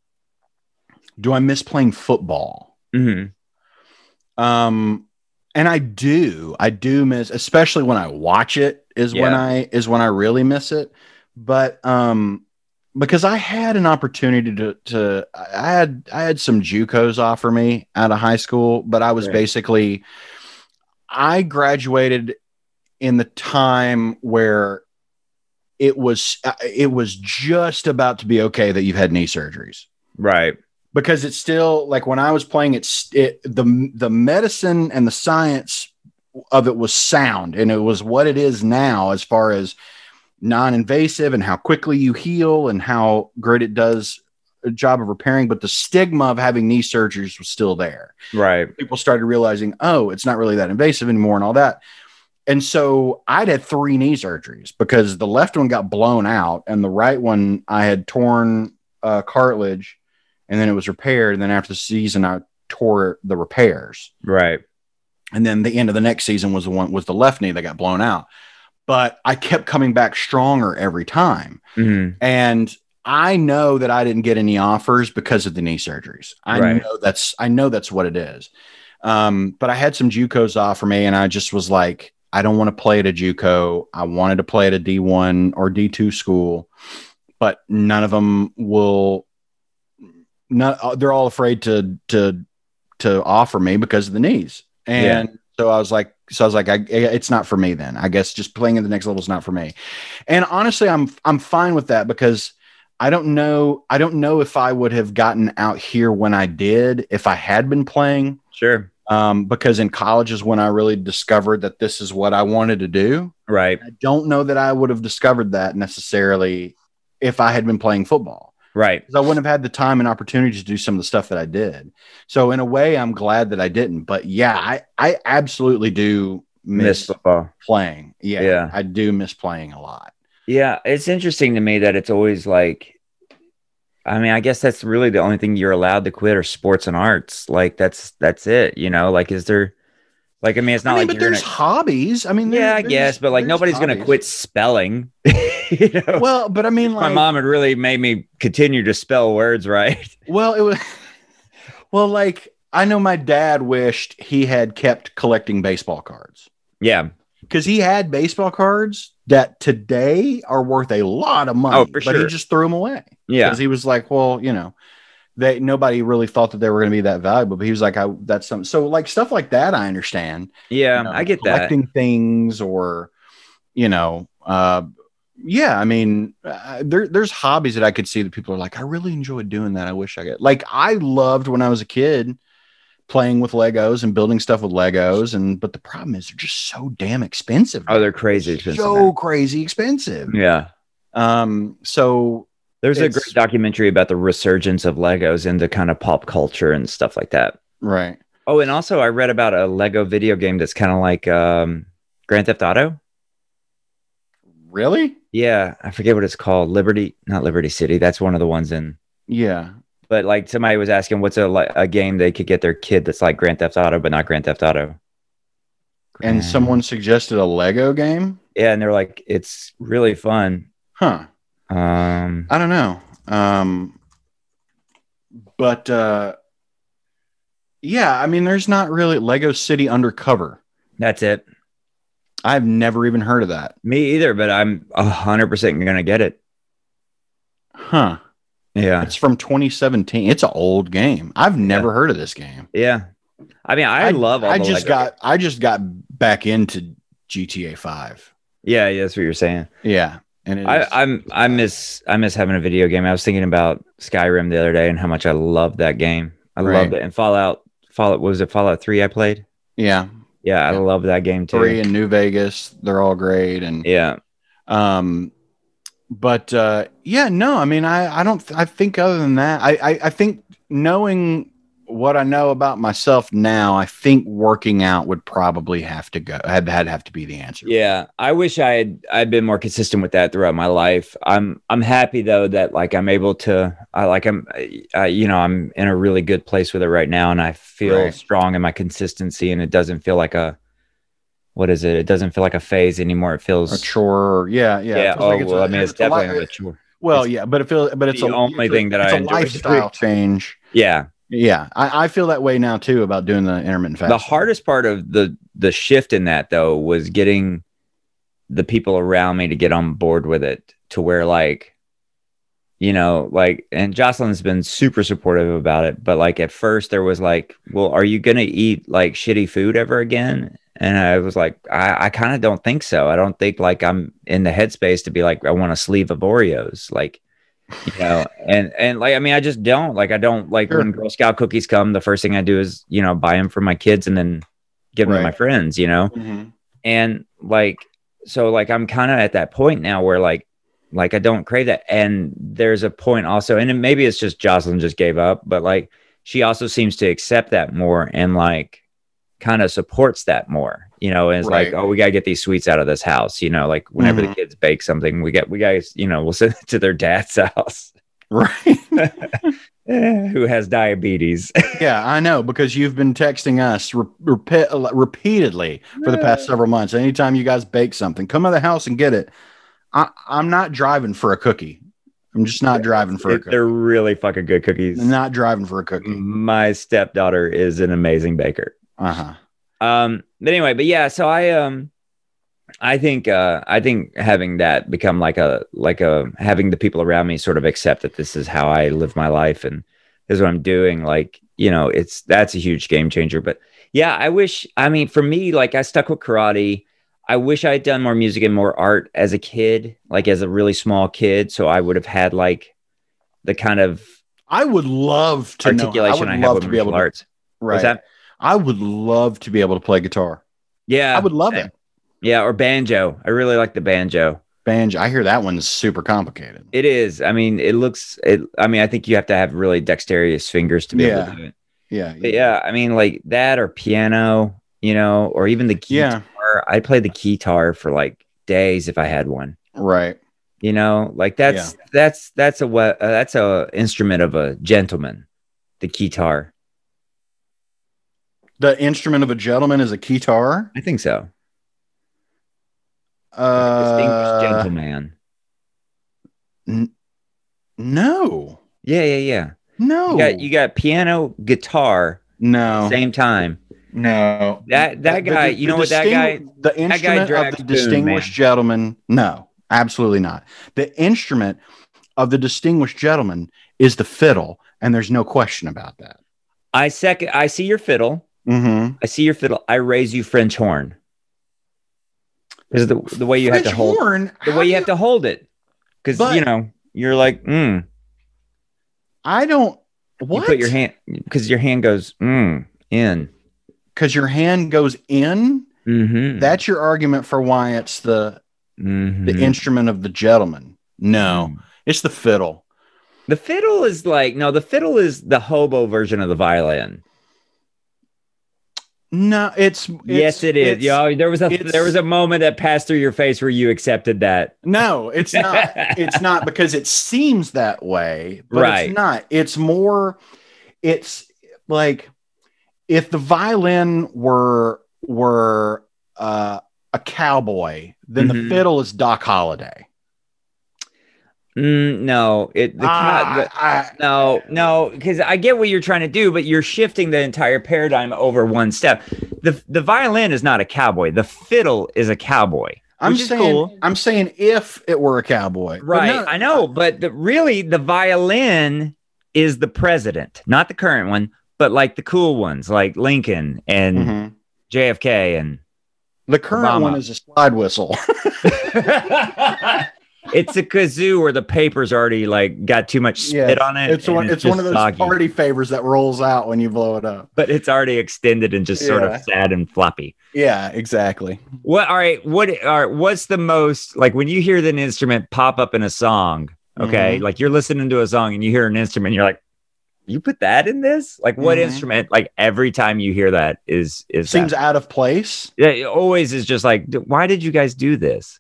do I miss playing football? hmm Um and I do. I do miss especially when I watch it is when Yeah. I is when I really miss it. But um because I had an opportunity to to I had I had some JUCOs offer me out of high school, but I was Right. basically I graduated in the time where it was uh, it was just about to be okay that you've had knee surgeries Right. because it's still like when I was playing it's it the the medicine and the science of it was sound and it was what it is now as far as non-invasive and how quickly you heal and how great it does a job of repairing but the stigma of having knee surgeries was still there Right. people started realizing oh it's not really that invasive anymore and all that and so i'd had three knee surgeries because the left one got blown out and the right one i had torn uh, cartilage and then it was repaired and then after the season i tore the repairs Right. and then the end of the next season was the one was the left knee that got blown out but i kept coming back stronger every time Mhm. and I know that I didn't get any offers because of the knee surgeries. I Right. know that's I know that's what it is. Um, but I had some JUCOs offer me, and I just was like, I don't want to play at a JUCO. I wanted to play at a D one or D two school, but none of them will. Not uh, they're all afraid to to to offer me because of the knees, Yeah. and so I was like, so I was like, I, it's not for me. Then I guess just playing at the next level is not for me. And honestly, I'm I'm fine with that because I don't know I don't know if I would have gotten out here when I did if I had been playing Sure. um, because in college is when I really discovered that this is what I wanted to do. Right. I don't know that I would have discovered that necessarily if I had been playing football Right. because I wouldn't have had the time and opportunity to do some of the stuff that I did. So in a way, I'm glad that I didn't. But yeah, I I absolutely do Miss miss football. playing. Yeah, Yeah. I do miss playing a lot. Yeah. It's interesting to me that it's always like, I mean, I guess that's really the only thing you're allowed to quit are sports and arts. Like that's that's it. You know, like is there like I mean it's not I mean, like but you're there's gonna- hobbies. I mean, there- yeah, I there's- guess, but like there's nobody's gonna hobbies. quit spelling. <laughs> you know? Well, but I mean, like, my mom had really made me continue to spell words right. <laughs> well, it was, <laughs> well, like, I know my dad wished he had kept collecting baseball cards Yeah. because he had baseball cards that today are worth a lot of money. Oh, for but he sure. just threw them away Yeah. because he was like, well, you know, they nobody really thought that they were going to be that valuable. But he was like, I that's something. So like stuff like that, I understand. Yeah. you know, I get that. collecting things or you know uh yeah i mean uh, there there's hobbies that i could see that people are like i really enjoy doing that i wish i could like i loved when i was a kid playing with legos and building stuff with legos and but the problem is they're just so damn expensive Oh, they're crazy. expensive so now. crazy expensive yeah. um so There's a It's- great documentary about the resurgence of Legos into kind of pop culture and stuff like that. right Oh, and also I read about a Lego video game that's kind of like um, Grand Theft Auto. Really? Yeah, I forget what it's called. Liberty, not Liberty City. That's one of the ones in. Yeah. But like somebody was asking, what's a li- a game they could get their kid that's like Grand Theft Auto, but not Grand Theft Auto. And Grand- someone suggested a Lego game? yeah, and they're like, it's really fun. Huh. Um, I don't know. Um, but uh, yeah, I mean, there's not really Lego City Undercover. that's it. I've never even heard of that. Me either, but I'm hundred percent gonna get it. Huh. Yeah, It's from 2017. It's an old game. I've never heard of this game. yeah. I mean, I, love. All I the just Lego- got. I just got back into GTA 5. Yeah, yeah, that's what you're saying. Yeah, and it I, is- I'm I miss I miss having a video game. I was thinking about Skyrim the other day and how much I loved that game. I Right. loved it. And Fallout Fallout what was it Fallout Three I played. yeah, Yeah, I Yeah. loved that game too. three and New Vegas. They're all great, and Yeah, um but uh yeah no i mean i i don't i think other than that I, I i think knowing what i know about myself now i think working out would probably have to go had had have to be the answer yeah. I wish I had I'd been more consistent with that throughout my life. I'm I'm happy though that like I'm able to I like I'm I, you know I'm in a really good place with it right now, and I feel Right. strong in my consistency, and it doesn't feel like a what is it? It doesn't feel like a phase anymore. It feels a chore or- yeah yeah, yeah. it feels oh like well, I mean it's, a definitely a li- chore. well yeah but it feels but it's the a, only it's a- thing that it's I a enjoy is doing. lifestyle change Yeah. yeah I, I feel that way now too about doing the intermittent fasting The hardest part of the the shift in that though was getting the people around me to get on board with it to where like you know like and Jocelyn's been super supportive about it but like at first there was like well are you going to eat like shitty food ever again and I was like I I kind of don't think so I don't think like I'm in the headspace to be like I want a sleeve of Oreos like you know <laughs> and and like i mean i just don't like i don't like Sure. when girl scout cookies come the first thing i do is you know buy them for my kids and then give them Right. to my friends you know Mhm. and like so like i'm kind of at that point now where like like i don't crave that and there's a point also and it- maybe it's just jocelyn just gave up but like she also seems to accept that more and like kind of supports that more you know and it's like Right. Mm-hmm. oh we gotta get these sweets out of this house you know like whenever the kids bake something we get we guys you know we'll <laughs> send it to their dad's house <laughs> <laughs> right Eh, who has diabetes Yeah, I know because you've been texting us re- repeat, repeatedly for the past several months. Anytime you guys bake something, come to the house and get it. I, I'm not driving for a cookie. I'm just not driving for a It- cookie. <laughs> they're Mm-hmm. really fucking good cookies Not driving for a cookie. my stepdaughter is an amazing baker Uh huh. um but anyway but yeah so i um i think uh i think having that become like a like a having the people around me sort of accept that this is how i live my life and this is what i'm doing like you know it's that's a huge game changer but yeah i wish i mean for me like i stuck with karate i wish i had done more music and more art as a kid like as a really small kid so i would have had like the kind of I would love to know- articulation I i, would have love with to be able martial to. arts Right. that? I would love to be able to play guitar. yeah I would love same. it. yeah or banjo i really like the banjo Banjo. I hear that one's super complicated. It is. I mean, it looks. It. I mean, I think you have to have really dexterous fingers to be able Yeah. to do it. Yeah. But yeah, I mean, like that or piano, you know, or even the guitar. Yeah. I played the guitar for like days if I had one. Right. You know, like that's that's that's a we- uh, that's a instrument of a gentleman, the guitar. The instrument of a gentleman is a guitar. I think so. Uh, Distinguished gentleman. No. Yeah, yeah, yeah. No. You Oh. got you got piano, guitar, no. same time. No. That- that The- guy- the- you the know what that guy- distingu- the instrument drags of the spoon, distinguished man. gentleman. No, absolutely not. The instrument of the distinguished gentleman is the fiddle, and there's no question about that. I second. I see your fiddle. Mm-hmm. I see your fiddle. I raise you French horn. Because the the way you have to hold horn. the how way you do have to hold it. Because But- you know you're like mm. I don't. What? You put your hand because your hand goes mm in. because your hand goes in. Mm-hmm. That's your argument for why it's the the Hmm. instrument of the gentleman. No, it's the fiddle. The fiddle is like no. The fiddle is the hobo version of the violin. No, it's, it's yes, it is. it's- Yo, there was a it's- there was a moment that passed through your face where you accepted that. No, it's not. it's not because it seems that way, but Right. it's not. It's more it's like if the violin were were uh, a cowboy, then Mhm. the fiddle is Doc Holliday. <laughs> Mm, no, it the, Ah, the, I- No, no, because I get what you're trying to do, but you're shifting the entire paradigm over one step. The the violin is not a cowboy. The fiddle is a cowboy. I'm which is saying cool. I'm saying if it were a cowboy. But Right. no, I know, but the, really the violin is the president, not the current one, but like the cool ones like Lincoln and mhm. <laughs> JFK and The current Obama. one is a slide whistle. it's a kazoo where the paper's already like got too much <laughs> spit Yes, on it. it's and one it's, one of those just soggy. party favors that rolls out when you blow it up. but it's already extended and just sort Yeah. of sad and floppy. Yeah, exactly. What? All right. What? All right. What's the most like when you hear an instrument pop up in a song? Okay, Mm-hmm. like you're listening to a song and you hear an instrument, you're like, you put that in this? Like what Mhm. instrument? Like every time you hear that is is Seems that. out of place. Yeah, it always is just like, "D- why did you guys do this?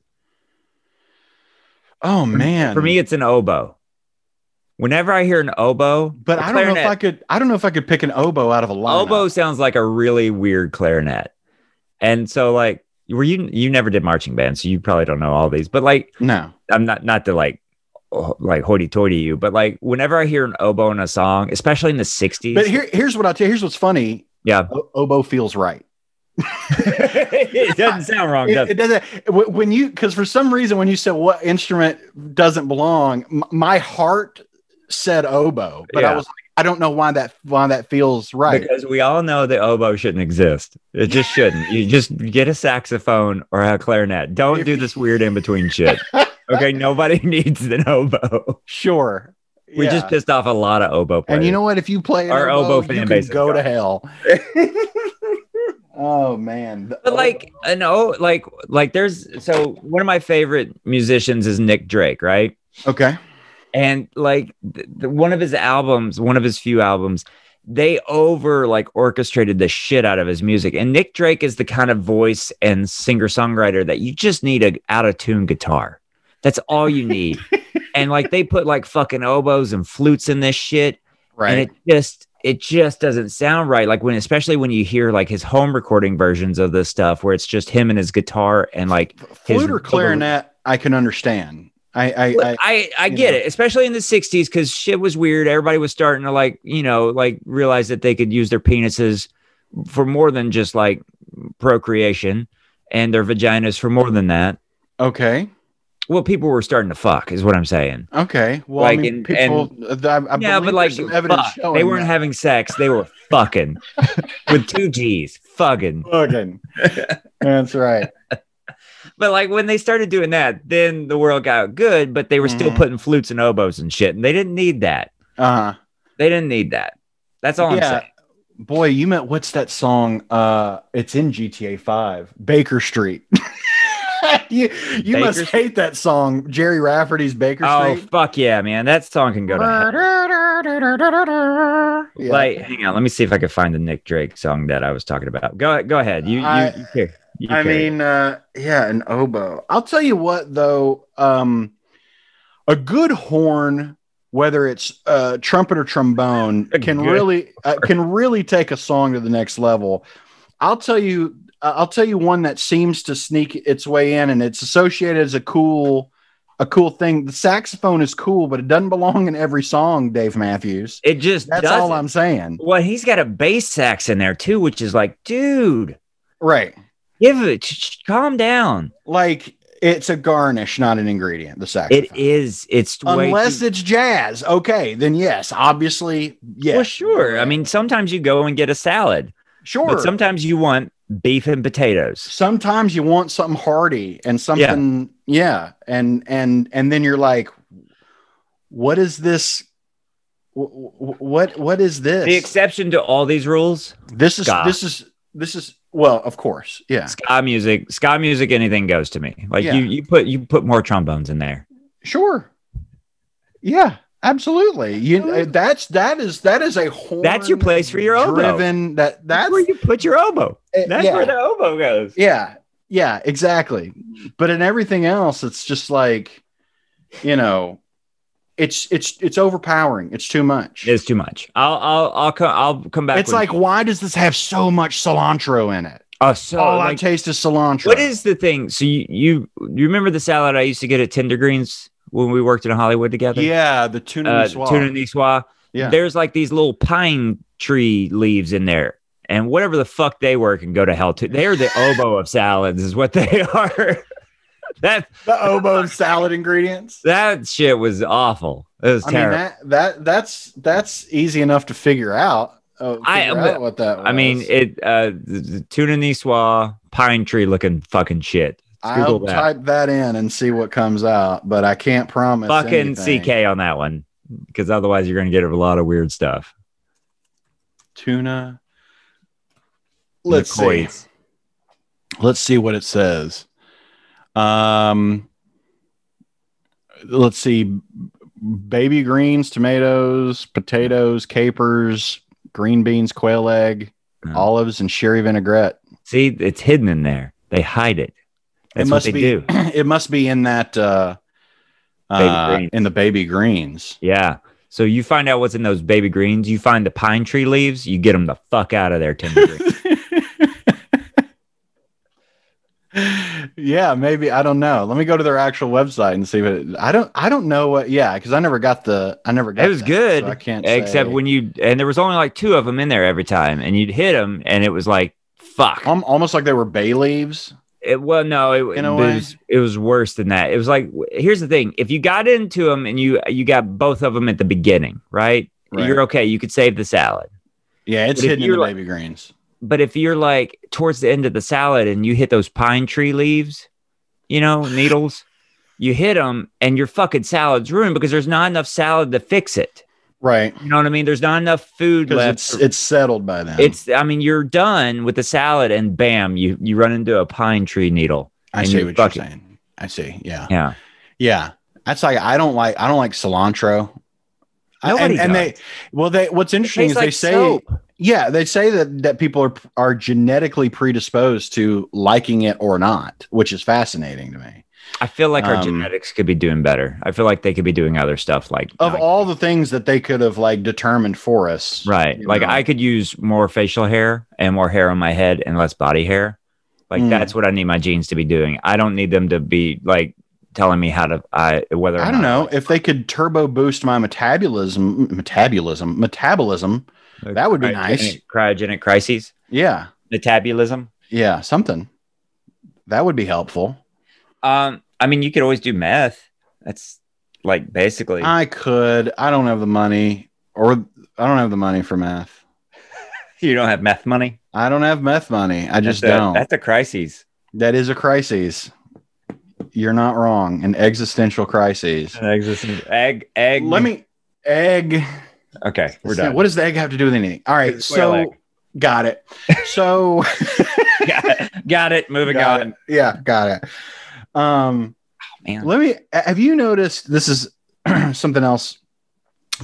Oh man. For me, it's an oboe. Whenever I hear an oboe, but a I don't know if clarinet- I could I don't know if I could pick an oboe out of a lineup. oboe sounds like a really weird clarinet. And so like were you you never did marching band, so you probably don't know all these, but like No. I'm not not to like ho- like hoity-toity you, but like whenever I hear an oboe in a song, especially in the '60s, But here here's what I'll tell you. Here's what's funny. Yeah. O- oboe feels right. <laughs> it doesn't sound wrong. It, Does it it? doesn't wh- when you because for some reason when you said what instrument doesn't belong, m- my heart said oboe, but Yeah. I was like, I don't know why that why that feels right. Because we all know the oboe shouldn't exist. It just shouldn't. you just get a saxophone or a clarinet. Don't do this weird in between shit. Okay, nobody <laughs> needs an oboe. Sure. We Yeah. just pissed off a lot of oboe players. and you know what? If you play an Our oboe fan you can base is go gone. to <laughs> hell. oh man. The But like, I know, like, like, there's so one of my favorite musicians is Nick Drake, right? oboe- okay. and like th- th- one of his albums one of his few albums they over like orchestrated the shit out of his music and nick drake is the kind of voice and singer songwriter that you just need a out of tune guitar that's all you need and like they put like fucking oboes and flutes in this shit Right. and it just it just doesn't sound right like when especially when you hear like his home recording versions of this stuff where it's just him and his guitar and like his flute or little- clarinet i can understand i i, Look, I I, I you get know. it, especially in the 60s, because shit was weird. Everybody was starting to like, you know, like realize that they could use their penises for more than just like procreation and their vaginas for more than that. okay Well, people were starting to fuck, is what I'm saying. okay well Like, i mean and- and- people uh, I, I believe yeah, but there's like, some evidence fuck. showing they weren't that. having sex, they were fucking with two G's, fucking. <laughs> Fucking. that's right But like when they started doing that, then the world got good, but they were still Mhm. putting flutes and oboes and shit, and they didn't need that. uh They didn't need that. That's all I'm yeah saying. boy you meant what's that song uh it's in gta 5 baker street <laughs> you, you Baker must hate that song jerry rafferty's baker Oh street fuck yeah, man! That song can go to hell. Yeah. Like, hang on, let me see if I can find the Nick Drake song that I was talking about. Go, go ahead. You, you, I- you pick- you I carry it. mean, uh, yeah, an oboe. I'll tell you what, though, um, a good horn, whether it's uh, trumpet or trombone, A can good really uh, can really take a song to the next level. I'll tell you, uh, I'll tell you one that seems to sneak its way in, and it's associated as a cool, a cool thing. The saxophone is cool, but it doesn't belong in every song, Dave Matthews. it just That's doesn't. all I'm saying. Well, he's got a bass sax in there too, which is like, dude, Right. give it, sh- sh- calm down. Like it's a garnish, not an ingredient. The saxophone. It is. It's way unless too- it's jazz okay then yes obviously yes Well, sure. I mean, sometimes you go and get a salad, sure but sometimes you want beef and potatoes. sometimes you want something hearty and something yeah. and and and then you're like what is this wh- wh- what what is this The exception to all these rules: this is Ska. this is this is well of course yeah ska music. Ska music, anything goes to me. Like Yeah. you, you put you put more trombones in there. sure yeah Absolutely. You that's that is that is a horn That's your place for your oboe. driven that that's where you put your oboe. That's yeah, where the oboe goes. yeah. Yeah, exactly. But in everything else it's just like you know it's it's it's overpowering. It's too much. It's too much. I'll I'll I'll come I'll come back. It's with- like why does this have so much cilantro in it? oh so All I like, taste is cilantro. what is the thing? So you, you you remember the salad I used to get at Tender Greens when we worked in Hollywood together? Yeah, the tuna uh, niçoise. tuna niçoise. Yeah. There's like these little pine tree leaves in there. And whatever the fuck they were can go to hell too. They're the oboe of salads, is what they <laughs> are. that the oboe and salad ingredients. that shit was awful. It was I mean terrible. that that that's that's easy enough to figure out. Uh, figure I- um, out what that. Was. I mean, it uh the, the tuna niçoise pine tree looking fucking shit. I'll Google that. type that in and see what comes out, but I can't promise. fucking anything. CK on that one. Because otherwise you're gonna get a lot of weird stuff. tuna. Let's see. Nicoids. Let's see what it says. Um, let's see. Baby greens, tomatoes, potatoes, capers, green beans, quail egg, Hmm. olives, and sherry vinaigrette. See, it's hidden in there. They hide it. That's it must what they be, do. <clears throat> It must be in that uh, Baby uh, greens. in the baby greens. Yeah. So you find out what's in those baby greens. You find the pine tree leaves. You get them the fuck out of <laughs> there, Tender Green. yeah, maybe I don't know. Let me go to their actual website and see what it, I don't. I don't know what. Yeah, because I never got the. I never got. was that, good, so I can't. Except say. when you and there was only like two of them in there every time, and you'd hit them, and it was like fuck. Al- almost like they were bay leaves. It, well, no, it, In a it way. was it was worse than that. It was like w- here's the thing: if you got into them and you you got both of them at the beginning, right? Right. You're okay. You could save the salad. Yeah, it's But if hidden in you're the like- baby greens. But if you're like towards the end of the salad and you hit those pine tree leaves, <sighs> you know, needles, you hit them and your fucking salad's ruined because there's not enough salad to fix it. Right, You know what I mean? There's not enough food because left. it's it's settled by then. It's- I mean, you're done with the salad and bam, you you run into a pine tree needle. I and see you what fuck it. you're saying. I see. Yeah. Yeah. Yeah, that's like I don't like I don't like cilantro. I- Nobody and, and does. they well they what's interesting It is tastes they like say soap. yeah they say that that people are are genetically predisposed to liking it or not, which is fascinating to me. I feel like our Um, genetics could be doing better. I feel like they could be doing other stuff like Of like- all the things that they could have like determined for us, right. you Like know. I could use more facial hair and more hair on my head and less body hair. Like Mm. that's what I need my genes to be doing. I don't need them to be like telling me how to I whether or I don't not- know if they could turbo boost my metabolism, metabolism, metabolism. Like, That would be cryogenic- nice. Cryogenic crises, Yeah, metabolism. yeah, something that would be helpful. Um, I mean, you could always do meth. That's like basically. I could. I don't have the money, or I don't have the money for math. you don't have meth money. I don't have meth money. I just that's a- don't. that's a crises. that is a crisis. You're not wrong. An existential crisis. Egg. Egg. Let me egg. Okay, we're done. What does the egg have to do with anything? All right. It's a quail So got <laughs> it. So got, <laughs> got it. Moving got on. it. Yeah, got it. Um, Man. let me. Have you noticed? This is <clears throat> something else.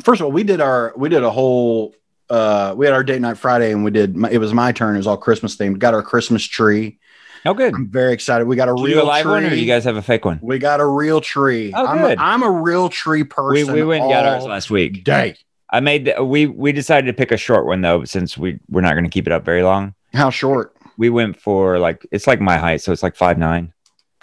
First of all, we did our we did a whole uh we had our date night Friday and we did my, it was my turn. It was all Christmas themed. Got our Christmas tree. Oh, good. I'm very excited. We got a Do you real do a live tree. one, or you guys have a fake one? We got a real tree. Oh, I'm, a, good. I'm a real tree We, person. we went and got ours all last week. day. I made the, we we decided to pick a short one though, since we we're not going to keep it up very long. How short? We went for like it's like my height, so it's like five nine.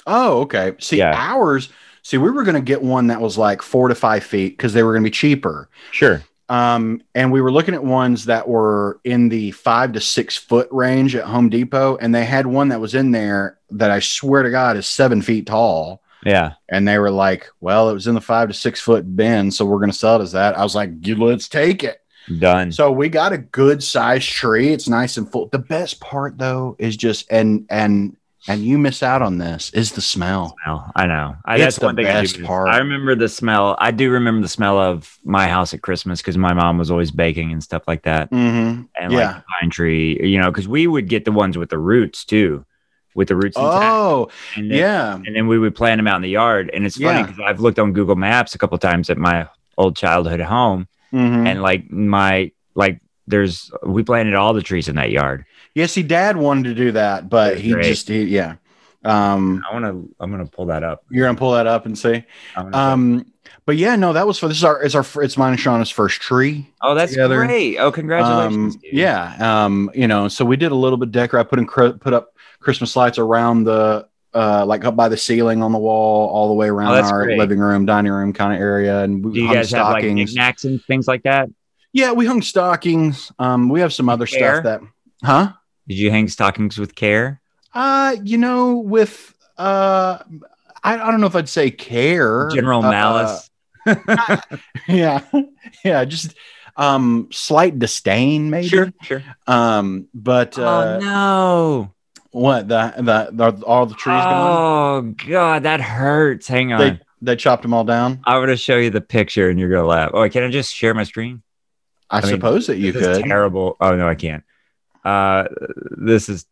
Oh, okay. See, Yeah. ours. See, we were going to get one that was like four to five feet because they were going to be cheaper. Sure. Um, and we were looking at ones that were in the five to six foot range at Home Depot, and they had one that was in there that I swear to God is seven feet tall. Yeah. And they were like, "Well, it was in the five to six foot bin, so we're going to sell it as that." I was like, "You- "Let's take it." Done. So we got a good sized tree. It's nice and full. The best part though is just and and and you miss out on this is the smell. Well, I know. I, It's that's the one thing I best do. miss. part. I remember the smell. I do remember the smell of my house at Christmas because my mom was always baking and stuff like <laughs> that, Mm-hmm. and Yeah. like the pine tree. You know, because we would get the ones with the roots too, with the roots. intact, Oh and then- yeah. and then we would plant them out in the yard. And it's funny Yeah. because I've looked on Google Maps a couple times at my old childhood home, Mhm. and like my like there's we planted all the trees in that yard. yeah, see, Dad wanted to do that, but That's he great. just he, yeah. Um, I want to. I'm gonna pull that up. you're gonna pull that up and see. I'm gonna- Um, but yeah, no, that was for this is our it's our fir- it's mine and Shauna's first tree. oh, that's together. great. Oh, congratulations. Um, dude. yeah, um, you know, so we did a little bit decor. I put in cr- put up Christmas lights around the uh, like up by the ceiling on the wall, all the way around Oh, that's our great. living room, dining room kind of area, and we Do you hung guys have like stockings. knickknacks and things like that? yeah, we hung stockings. Um, we have some other Care? stuff that, huh? Did you hang stockings with care? Uh, you know, with uh, I, I don't know if I'd say care, General Uh, malice. <laughs> yeah, <laughs> yeah, just um, slight disdain, maybe. sure, sure. Um, but uh, oh no! what the, the the all the trees gone. Oh god, that hurts. Hang on. They they chopped them all down. I would have show you the picture and you're gonna laugh. Oh, can I just share my screen? I, mean, suppose that you This is could. terrible. Oh no, I can't. Uh, this is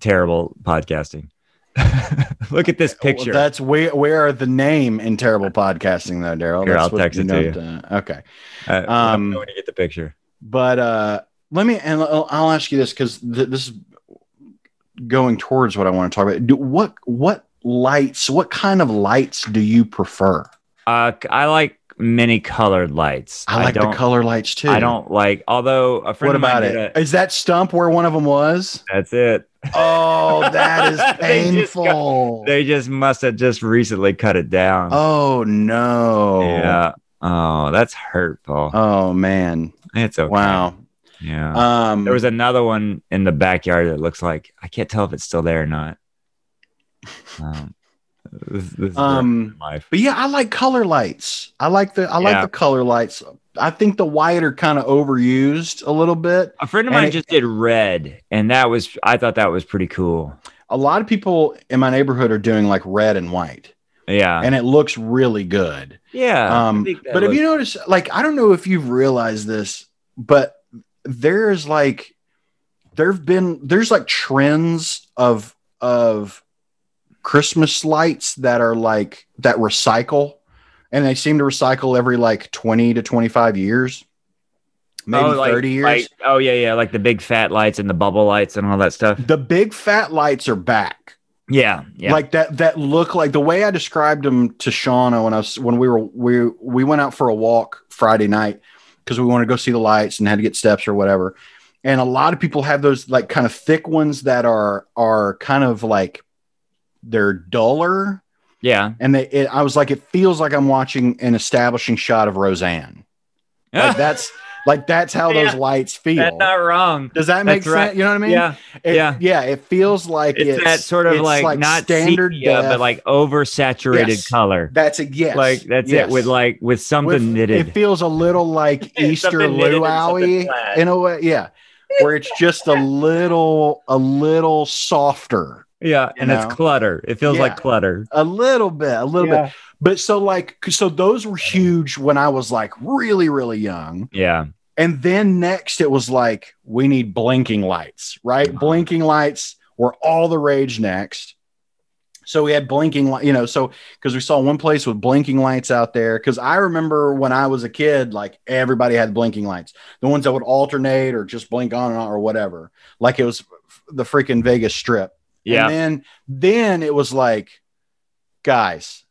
terrible podcasting. <laughs> Look at this Well, picture. That's where where are the name in terrible podcasting though, Daryl. Here, That's I'll what text it to know you. to- okay, uh, um, when you get the picture. but uh, let me and I'll, I'll ask you this because th- this is going towards what I want to talk about. Do, what what lights? What kind of lights do you prefer? Uh, I like many colored lights. I like don't, the color lights too. I don't like. Although a friend What of mine about did it? a- Is that stump where one of them <laughs> was? that's it. Oh, that is They just got- painful. They just must have just recently cut it down. oh no. yeah. Oh, that's hurtful. Oh man. it's okay. Wow. Yeah. Um, There was another one in the backyard that looks like I can't tell if it's still there or not. Um, this, this is Um, my life. but yeah, I like color lights. I like the I Yeah. like the color lights. I think the white are kind of overused a little bit. A friend of and mine it- just did red, and that was I thought that was pretty cool. A lot of people in my neighborhood are doing like red and white, Yeah, and it looks really good. yeah. Um, but have you noticed? Like, I don't know if you've realized this, but there's like there've been there's like trends of of Christmas lights that are like that recycle, and they seem to recycle every like twenty to twenty five years, maybe thirty years. oh yeah, yeah, Oh, like the big fat lights and the bubble lights and all that stuff. the big fat lights are back. Yeah, yeah. like that that look like the way I described them to Shauna when I was when we were we we went out for a walk Friday night because we wanted to go see the lights and had to get steps or whatever. And a lot of people have those like kind of thick ones that are are kind of like they're duller. yeah. And they it, I was like, it feels like I'm watching an establishing shot of <laughs> Roseanne. Like that's like that's how those Yeah. lights that's feel. not wrong. Does that make that's sense? right. You know what I mean? yeah, It- yeah. yeah. It feels like it's, it's, that sort of it's like, not standard, sepia, def. but like oversaturated Yes. color. That's a yes. Like that's Yes. it with like with something With- knitted. It feels a little like <laughs> Something Easter knitted and something luau plaid. in a way. Yeah. Where it's just a little, a little softer, Yeah, You and know? it's clutter. It feels like Yeah. clutter. a little bit, a little bit. But so, like, so those were huge when I was like really, really young. Yeah. And then next, it was like, we need blinking lights, right? Uh-huh. Blinking lights were all the rage next. So we had blinking light, you know, so because we saw one place with blinking lights out there. Because I remember when I was a kid, like everybody had blinking lights, the ones that would alternate or just blink on and on or whatever. Like it was f- the freaking Vegas Strip. Yeah. And then then it was like, guys,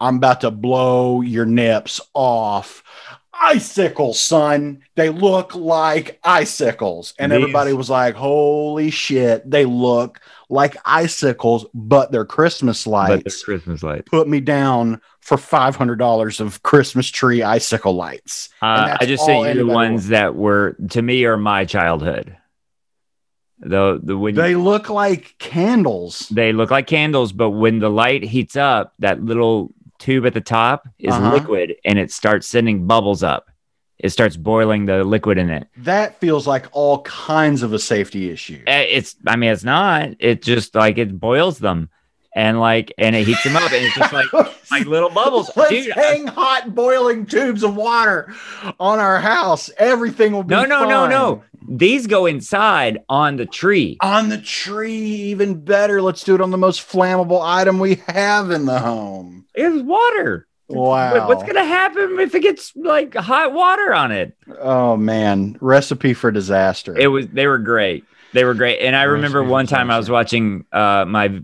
I'm about to blow your nips off. Icicles, son. They look like icicles. And These- everybody was like, holy shit, they look like icicles, but they're Christmas but the lights. Christmas lights. Put me down for $500 of Christmas tree icicle lights. Uh, I that's just all sent you the anybody ones that were to me are my childhood. Though the when They they, look like candles. look like candles, but when the light heats up, that little tube at the top is Uh-huh. liquid and it starts sending bubbles up. It starts boiling the liquid in it. That feels like all kinds of a safety issue. Eh, It's I mean it's not. It just like it boils them and like and it heats them up and it's just like <laughs> like little bubbles. Let's Dude, I- hang hot boiling tubes of water on our house. Everything will be No, no, no, fine. no. These go inside on the tree. On the tree, even better. Let's do it on the most flammable item we have in the home. It's water. Wow. What's gonna happen if it gets like hot water on it? Oh man, recipe for disaster. It was they were great. They were great. And I Nice remember one time I was watching uh my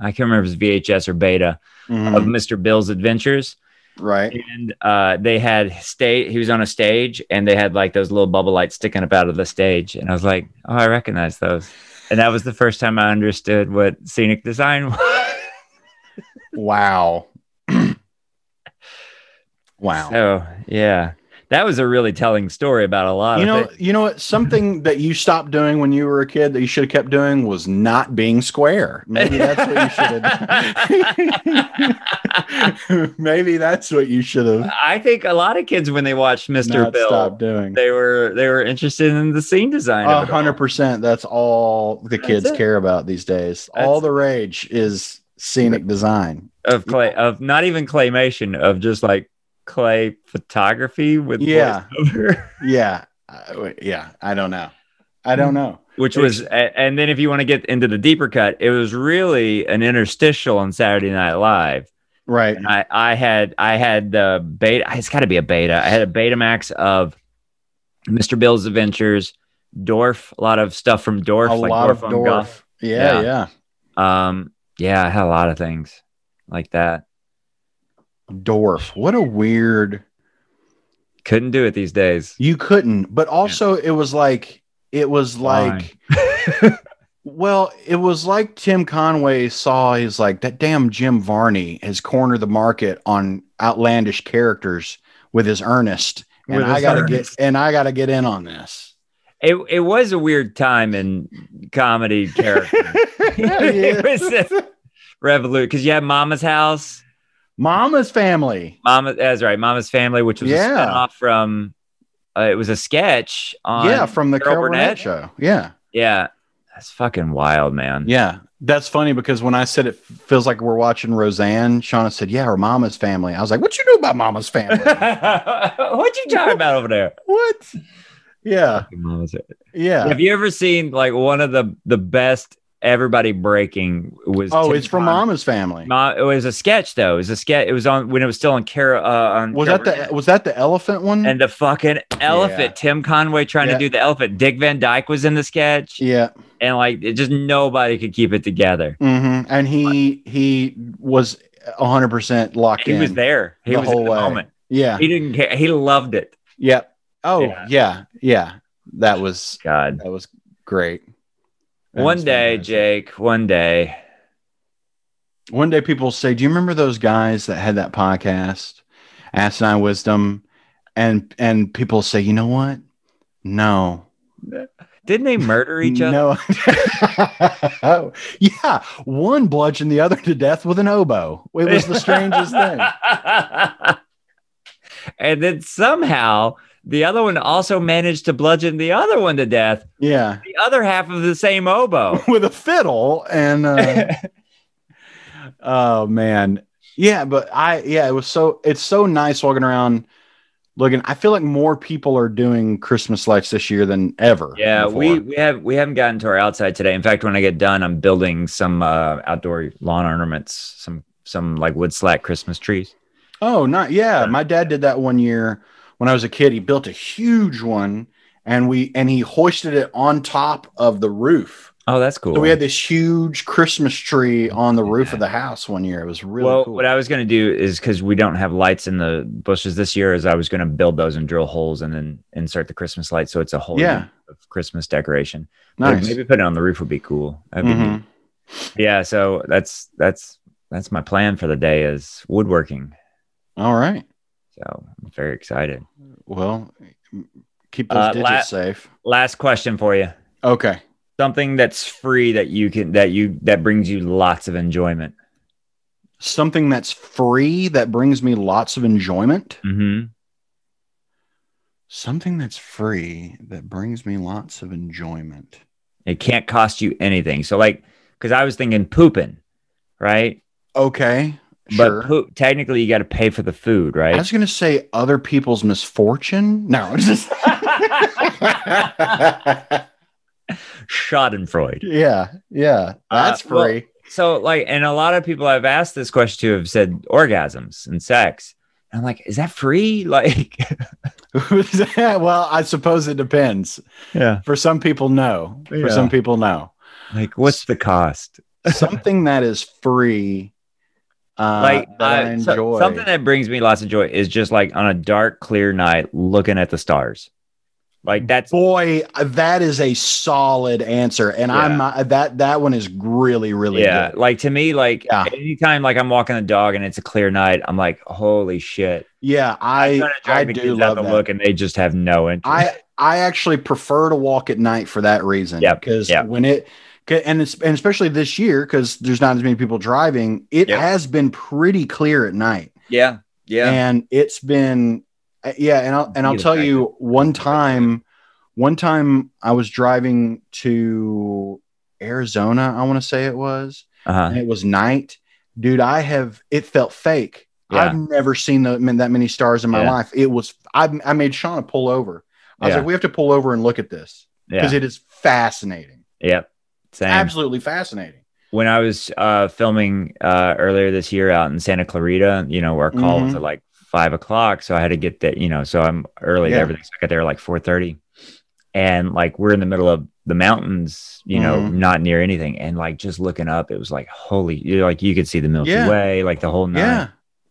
I can't remember if it was VHS or beta Mhm, of Mr. Bill's Adventures. right. And uh they had state he was on a stage and they had like those little bubble lights sticking up out of the stage. And I was like, Oh, I recognize those. And that was the first time I understood what scenic design <laughs> was. Wow. <clears throat> wow. So Oh, yeah. That was a really telling story about a lot you of know, it. you know what? <laughs> Something that you stopped doing when you were a kid that you should have kept doing was not being square. Maybe that's what you <laughs> should have. <laughs> Maybe that's what you should have I think a lot of kids when they watched Mr. not Bill, stopped doing. they were they were interested in the scene design. A of it all. hundred percent. That's all the That's kids it. care about these days. That's all it. the rage is scenic design. of clay of not even claymation of just like clay photography with Yeah. voiceover, <laughs> Yeah, I- yeah. I don't know. I Hmm. don't know. which was a- and then if you want to get into the deeper cut, it was really an interstitial on Saturday Night Live. Right. And I I had I had the beta. It's got to be a beta. I had a Betamax of Mr. Bill's Adventures, Dorf, a lot of stuff from Dorf, a like lot Dorf of on dwarf. Goth. Yeah, yeah, Yeah. Um, yeah, I had a lot of things like that. Dwarf. What a weird. Couldn't do it these days. You couldn't, but also it was like it was like <laughs> well, it was like Tim Conway saw he's like that damn Jim Varney has cornered the market on outlandish characters with his earnest. And With I his gotta earnest. get and I gotta get in on <laughs> this. It it was a weird time in <laughs> comedy character <laughs> It was just- revolution because you had Mama's House, Mama's family. Mama. That's right, Mama's Family, which was Yeah. a spinoff from. Uh, it was a sketch on. yeah, from the Carol Carol Burnett Burnett? show. Yeah. yeah. That's fucking wild, man. Yeah. That's funny because when I said it feels like we're watching Roseanne, Shauna said, Yeah, her mama's family. I was like, What you know about mama's family? <laughs> what you talking about <laughs> over there? what? Yeah, Mama's- yeah. Have you ever seen like one of the the best everybody breaking was? Oh, Tim it's from Conway. Mama's Family. Ma- it was a sketch though. It was a sketch. It was on when it was still on Cara. Uh, on Was that Carol- the was that the elephant one? and the fucking elephant? Yeah. Tim Conway trying Yeah. to do the elephant. Dick Van Dyke was in the sketch, yeah. and like it just nobody could keep it together. hmm And he he was hundred percent locked He in. was there. He the was whole in the way. moment. Yeah. He didn't care. He loved it. Yep. Oh yeah. Yeah. yeah. That was God. that was great. That One was day, fantastic. Jake. One day. One day people say, Do you remember those guys that had that podcast, Asinine Wisdom? And and people say, you know what? No, Didn't they murder each other? No. <laughs> yeah. One bludgeoned the other to death with an oboe. It was the <laughs> strangest thing. and then somehow the other one also managed to bludgeon the other one to death, Yeah. the other half of the same <laughs> oboe. with a fiddle. And <laughs> uh, oh, man. Yeah. But I, yeah, it was so, it's so nice walking around looking. I feel like more people are doing Christmas lights this year than ever. yeah, before. we, we have we haven't gotten to our outside today. In fact, when I get done, I'm building some uh, outdoor lawn ornaments, some some like wood slat Christmas trees. Oh, not yeah. My dad did that one year when I was a kid. He built a huge one, and we and he hoisted it on top of the roof. Oh, that's cool. So we had this huge Christmas tree on the roof of the house one year. It was really well, cool. what I was going to do is because we don't have lights in the bushes this year, is I was going to build those and drill holes and then insert the Christmas light, so it's a whole Yeah. unit of Christmas decoration. Like, nice. Maybe putting it on the roof would be cool. That'd be Mhm. neat. yeah. So that's that's that's my plan for the day is woodworking. All right. So I'm very excited. Well, keep those Uh, digits la- safe. Last question for you. Okay. Something that's free that you can that you that brings you lots of enjoyment. Something that's free that brings me lots of enjoyment. Mm-hmm. Something that's free that brings me lots of enjoyment. It can't cost you anything. So like, because I was thinking pooping, right? Okay. sure. But poop, technically, you got to pay for the food, I right? was gonna say other people's misfortune. No, <laughs> just <laughs> Schadenfreude. yeah, yeah, that's Uh, well- free. so like, and a lot of people I've asked this question to have said orgasms and sex. And I'm like, is that free? <laughs> Like, <laughs> well, I suppose it depends. yeah, For some people, no. Yeah. For some people, no. like what's the cost? Something that is free, uh, like that I, uh, so- enjoy. something that brings me lots of joy is just like on a dark, clear night, looking at the stars. Like that's Boy, uh, that is a solid answer, and I'm uh, that that one is really really yeah. good. Like to me, like Yeah. anytime like I'm walking the dog and it's a clear night, I'm like, holy shit. Yeah, I'm I trying to drag I the do kids out love to that. look, and they just have no interest. I I actually prefer to walk at night for that reason. Yep, because yep. when it 'cause- and it's, and especially this year because there's not as many people driving. It Yep. has been pretty clear at night. yeah, yeah, and it's been uh, yeah and i'll and i'll Be tell you one time one time i was driving to arizona i want to say it was uh-huh. and it was night dude i have it felt fake yeah. i've never seen the, man, that many stars in my Yeah. life it was I, I made shauna pull over i was Yeah. like we have to pull over and look at this yeah. because it is fascinating Yep. Same. absolutely fascinating When I was uh, filming uh, earlier this year out in Santa Clarita, you know, our call was Mhm. at like five o'clock, so I had to get that, you know, so I'm early to Yeah. everything. So I got there like four thirty, and like we're in the middle of the mountains, you know, Mhm. not near anything, and like just looking up, it was like holy, you know, like you could see the Milky Yeah. Way, like the whole nine. yeah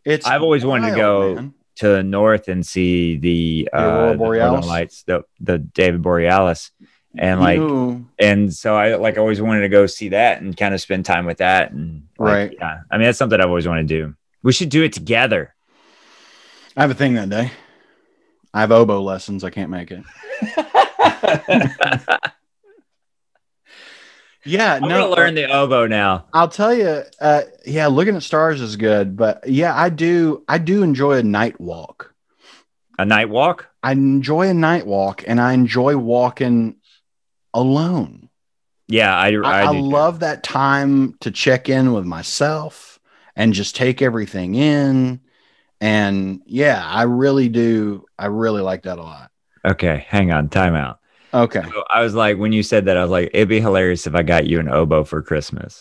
it's I've always wanted to go man. to the north and see the, The uh, Aurora the Northern Borealis? lights, the the David Borealis, and You like know- and so I like always wanted to go see that and kind of spend time with that and like, Right. yeah I mean that's something I've always wanted to do we should do it <laughs> together I have a thing that day. I have oboe lessons. I can't make it. Yeah, I'm no. gonna learn the oboe now I'll tell you. Uh, yeah, looking at stars is good, but yeah, I do. I do enjoy a night walk. a night walk I enjoy a night walk, and I enjoy walking alone. yeah I I, I, I do too. love that time to check in with myself and just take everything in. And yeah, I really do. I really like that a lot. okay hang on time out Okay. so I was like when you said that I was like it'd be hilarious if I got you an oboe for Christmas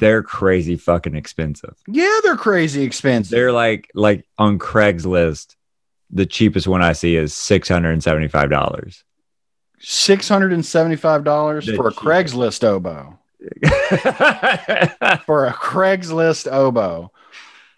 they're crazy fucking expensive Yeah, they're crazy expensive. they're like like on Craigslist the cheapest one I see is six hundred and seventy five dollars. <laughs> six hundred and seventy-five dollars The for a cheapest. Craigslist oboe. For a Craigslist oboe,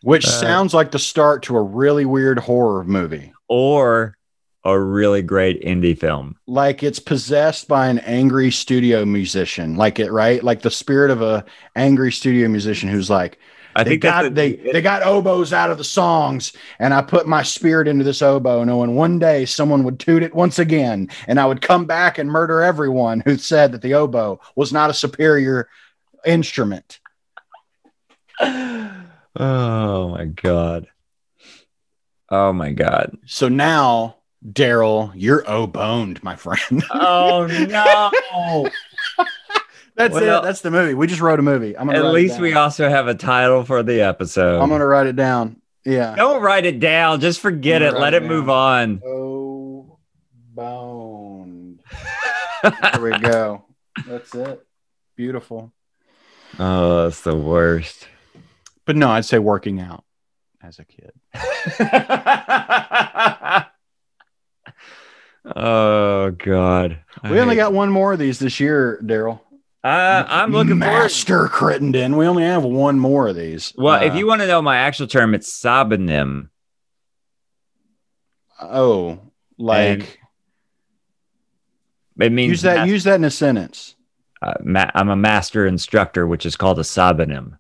which Uh, sounds like the start to a really weird horror movie. or a really great indie film. Like it's possessed by an angry studio musician, like it right, like the spirit of a angry studio musician who's like, I they think got that's the- they they got oboes out of the songs, and I put my spirit into this oboe, knowing one day someone would toot it once again, and I would come back and murder everyone who said that the oboe was not a superior instrument. <laughs> Oh my god. Oh my god. So now, Daryl, you're oboned, my friend. <laughs> Oh no. That's Well- it. That's the movie. We just wrote a movie. I'm gonna <laughs> At write it least down. we also have a title for the episode. I'm gonna write it down. Yeah. Don't write it down. Just forget I'm it. gonna Let write it it move on. <laughs> Oboned. There we go. That's it. Beautiful. Oh, that's <laughs> the worst. But no, I'd say working out as a kid. oh god. I We only hate- got one more of these this year, Daryl. Uh, I'm looking forward. Master Crittenden. We only have one more of these. Well, if Uh, you want to know my actual term, it's sobonym. oh, like It means use that. mas- Use that in a sentence. uh, ma- I'm a master instructor, which is called a sobonym.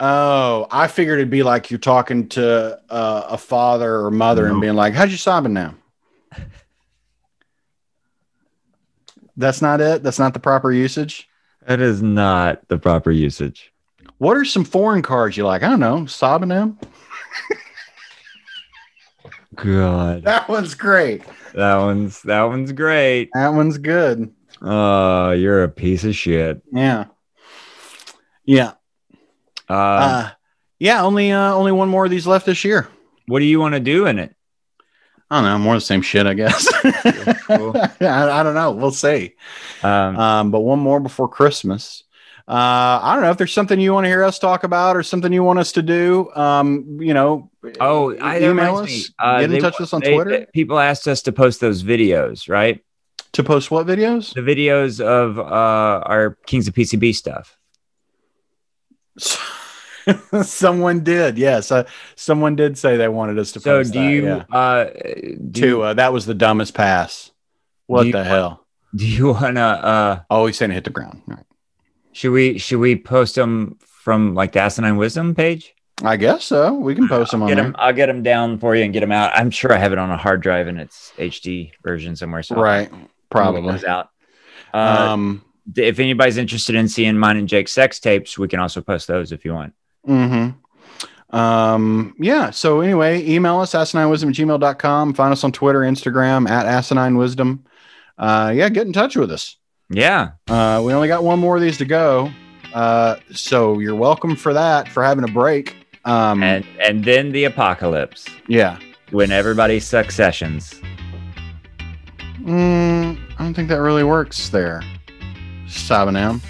Oh, I figured it'd be like you're talking to uh, a father or mother No. and being like, "How's your sobbing now?" That's not it. That's not the proper usage. That is not the proper usage. What are some foreign cards you like? I don't know. Sobbing them. God, That one's great. that one's that one's great. That one's good. Oh, you're a piece of shit. Yeah. Yeah. Uh, Uh, yeah. Only uh, only one more of these left this year. what do you want to do in it? I don't know. More of the same shit, I guess. cool. <laughs> I, I don't know. We'll see. Um, uh, Um, but one more before Christmas. Uh, I don't know if there's something you want to hear us talk about or something you want us to do. Um, you know, Oh, I, that email reminds me. us, Uh, get in they- touch with us on they- Twitter people asked us to post those videos, right? to post what videos? <laughs> The videos of uh, our Kings of PCB stuff. someone did, yes. Uh, someone did say they wanted us to So post do that, you, yeah. uh, do, you- Tua, that was the dumbest pass. What Do you- the hell? do you wanna uh, Oh, he's saying it hit the ground. All right. should we should we post them from like the Asinine Wisdom page? I guess so. We can post them on Get there. 'em- I'll get them down for you and get them out. I'm sure I have it on a hard drive and it's HD version somewhere. So Right. Probably. Those out. Uh, Um, th- if anybody's interested in seeing mine and Jake's sex tapes, we can also post those if you want. hmm Um, yeah. So anyway, email us asininewisdom gmail.com. Find us on Twitter, Instagram at asininewisdom. Uh, yeah, get in touch with us. Yeah. Uh, we only got one more of these to go. Uh, so you're welcome for that, for having a break. Um, And and then the apocalypse yeah. when everybody successions. Mm, I don't think that really works there. Sabanam.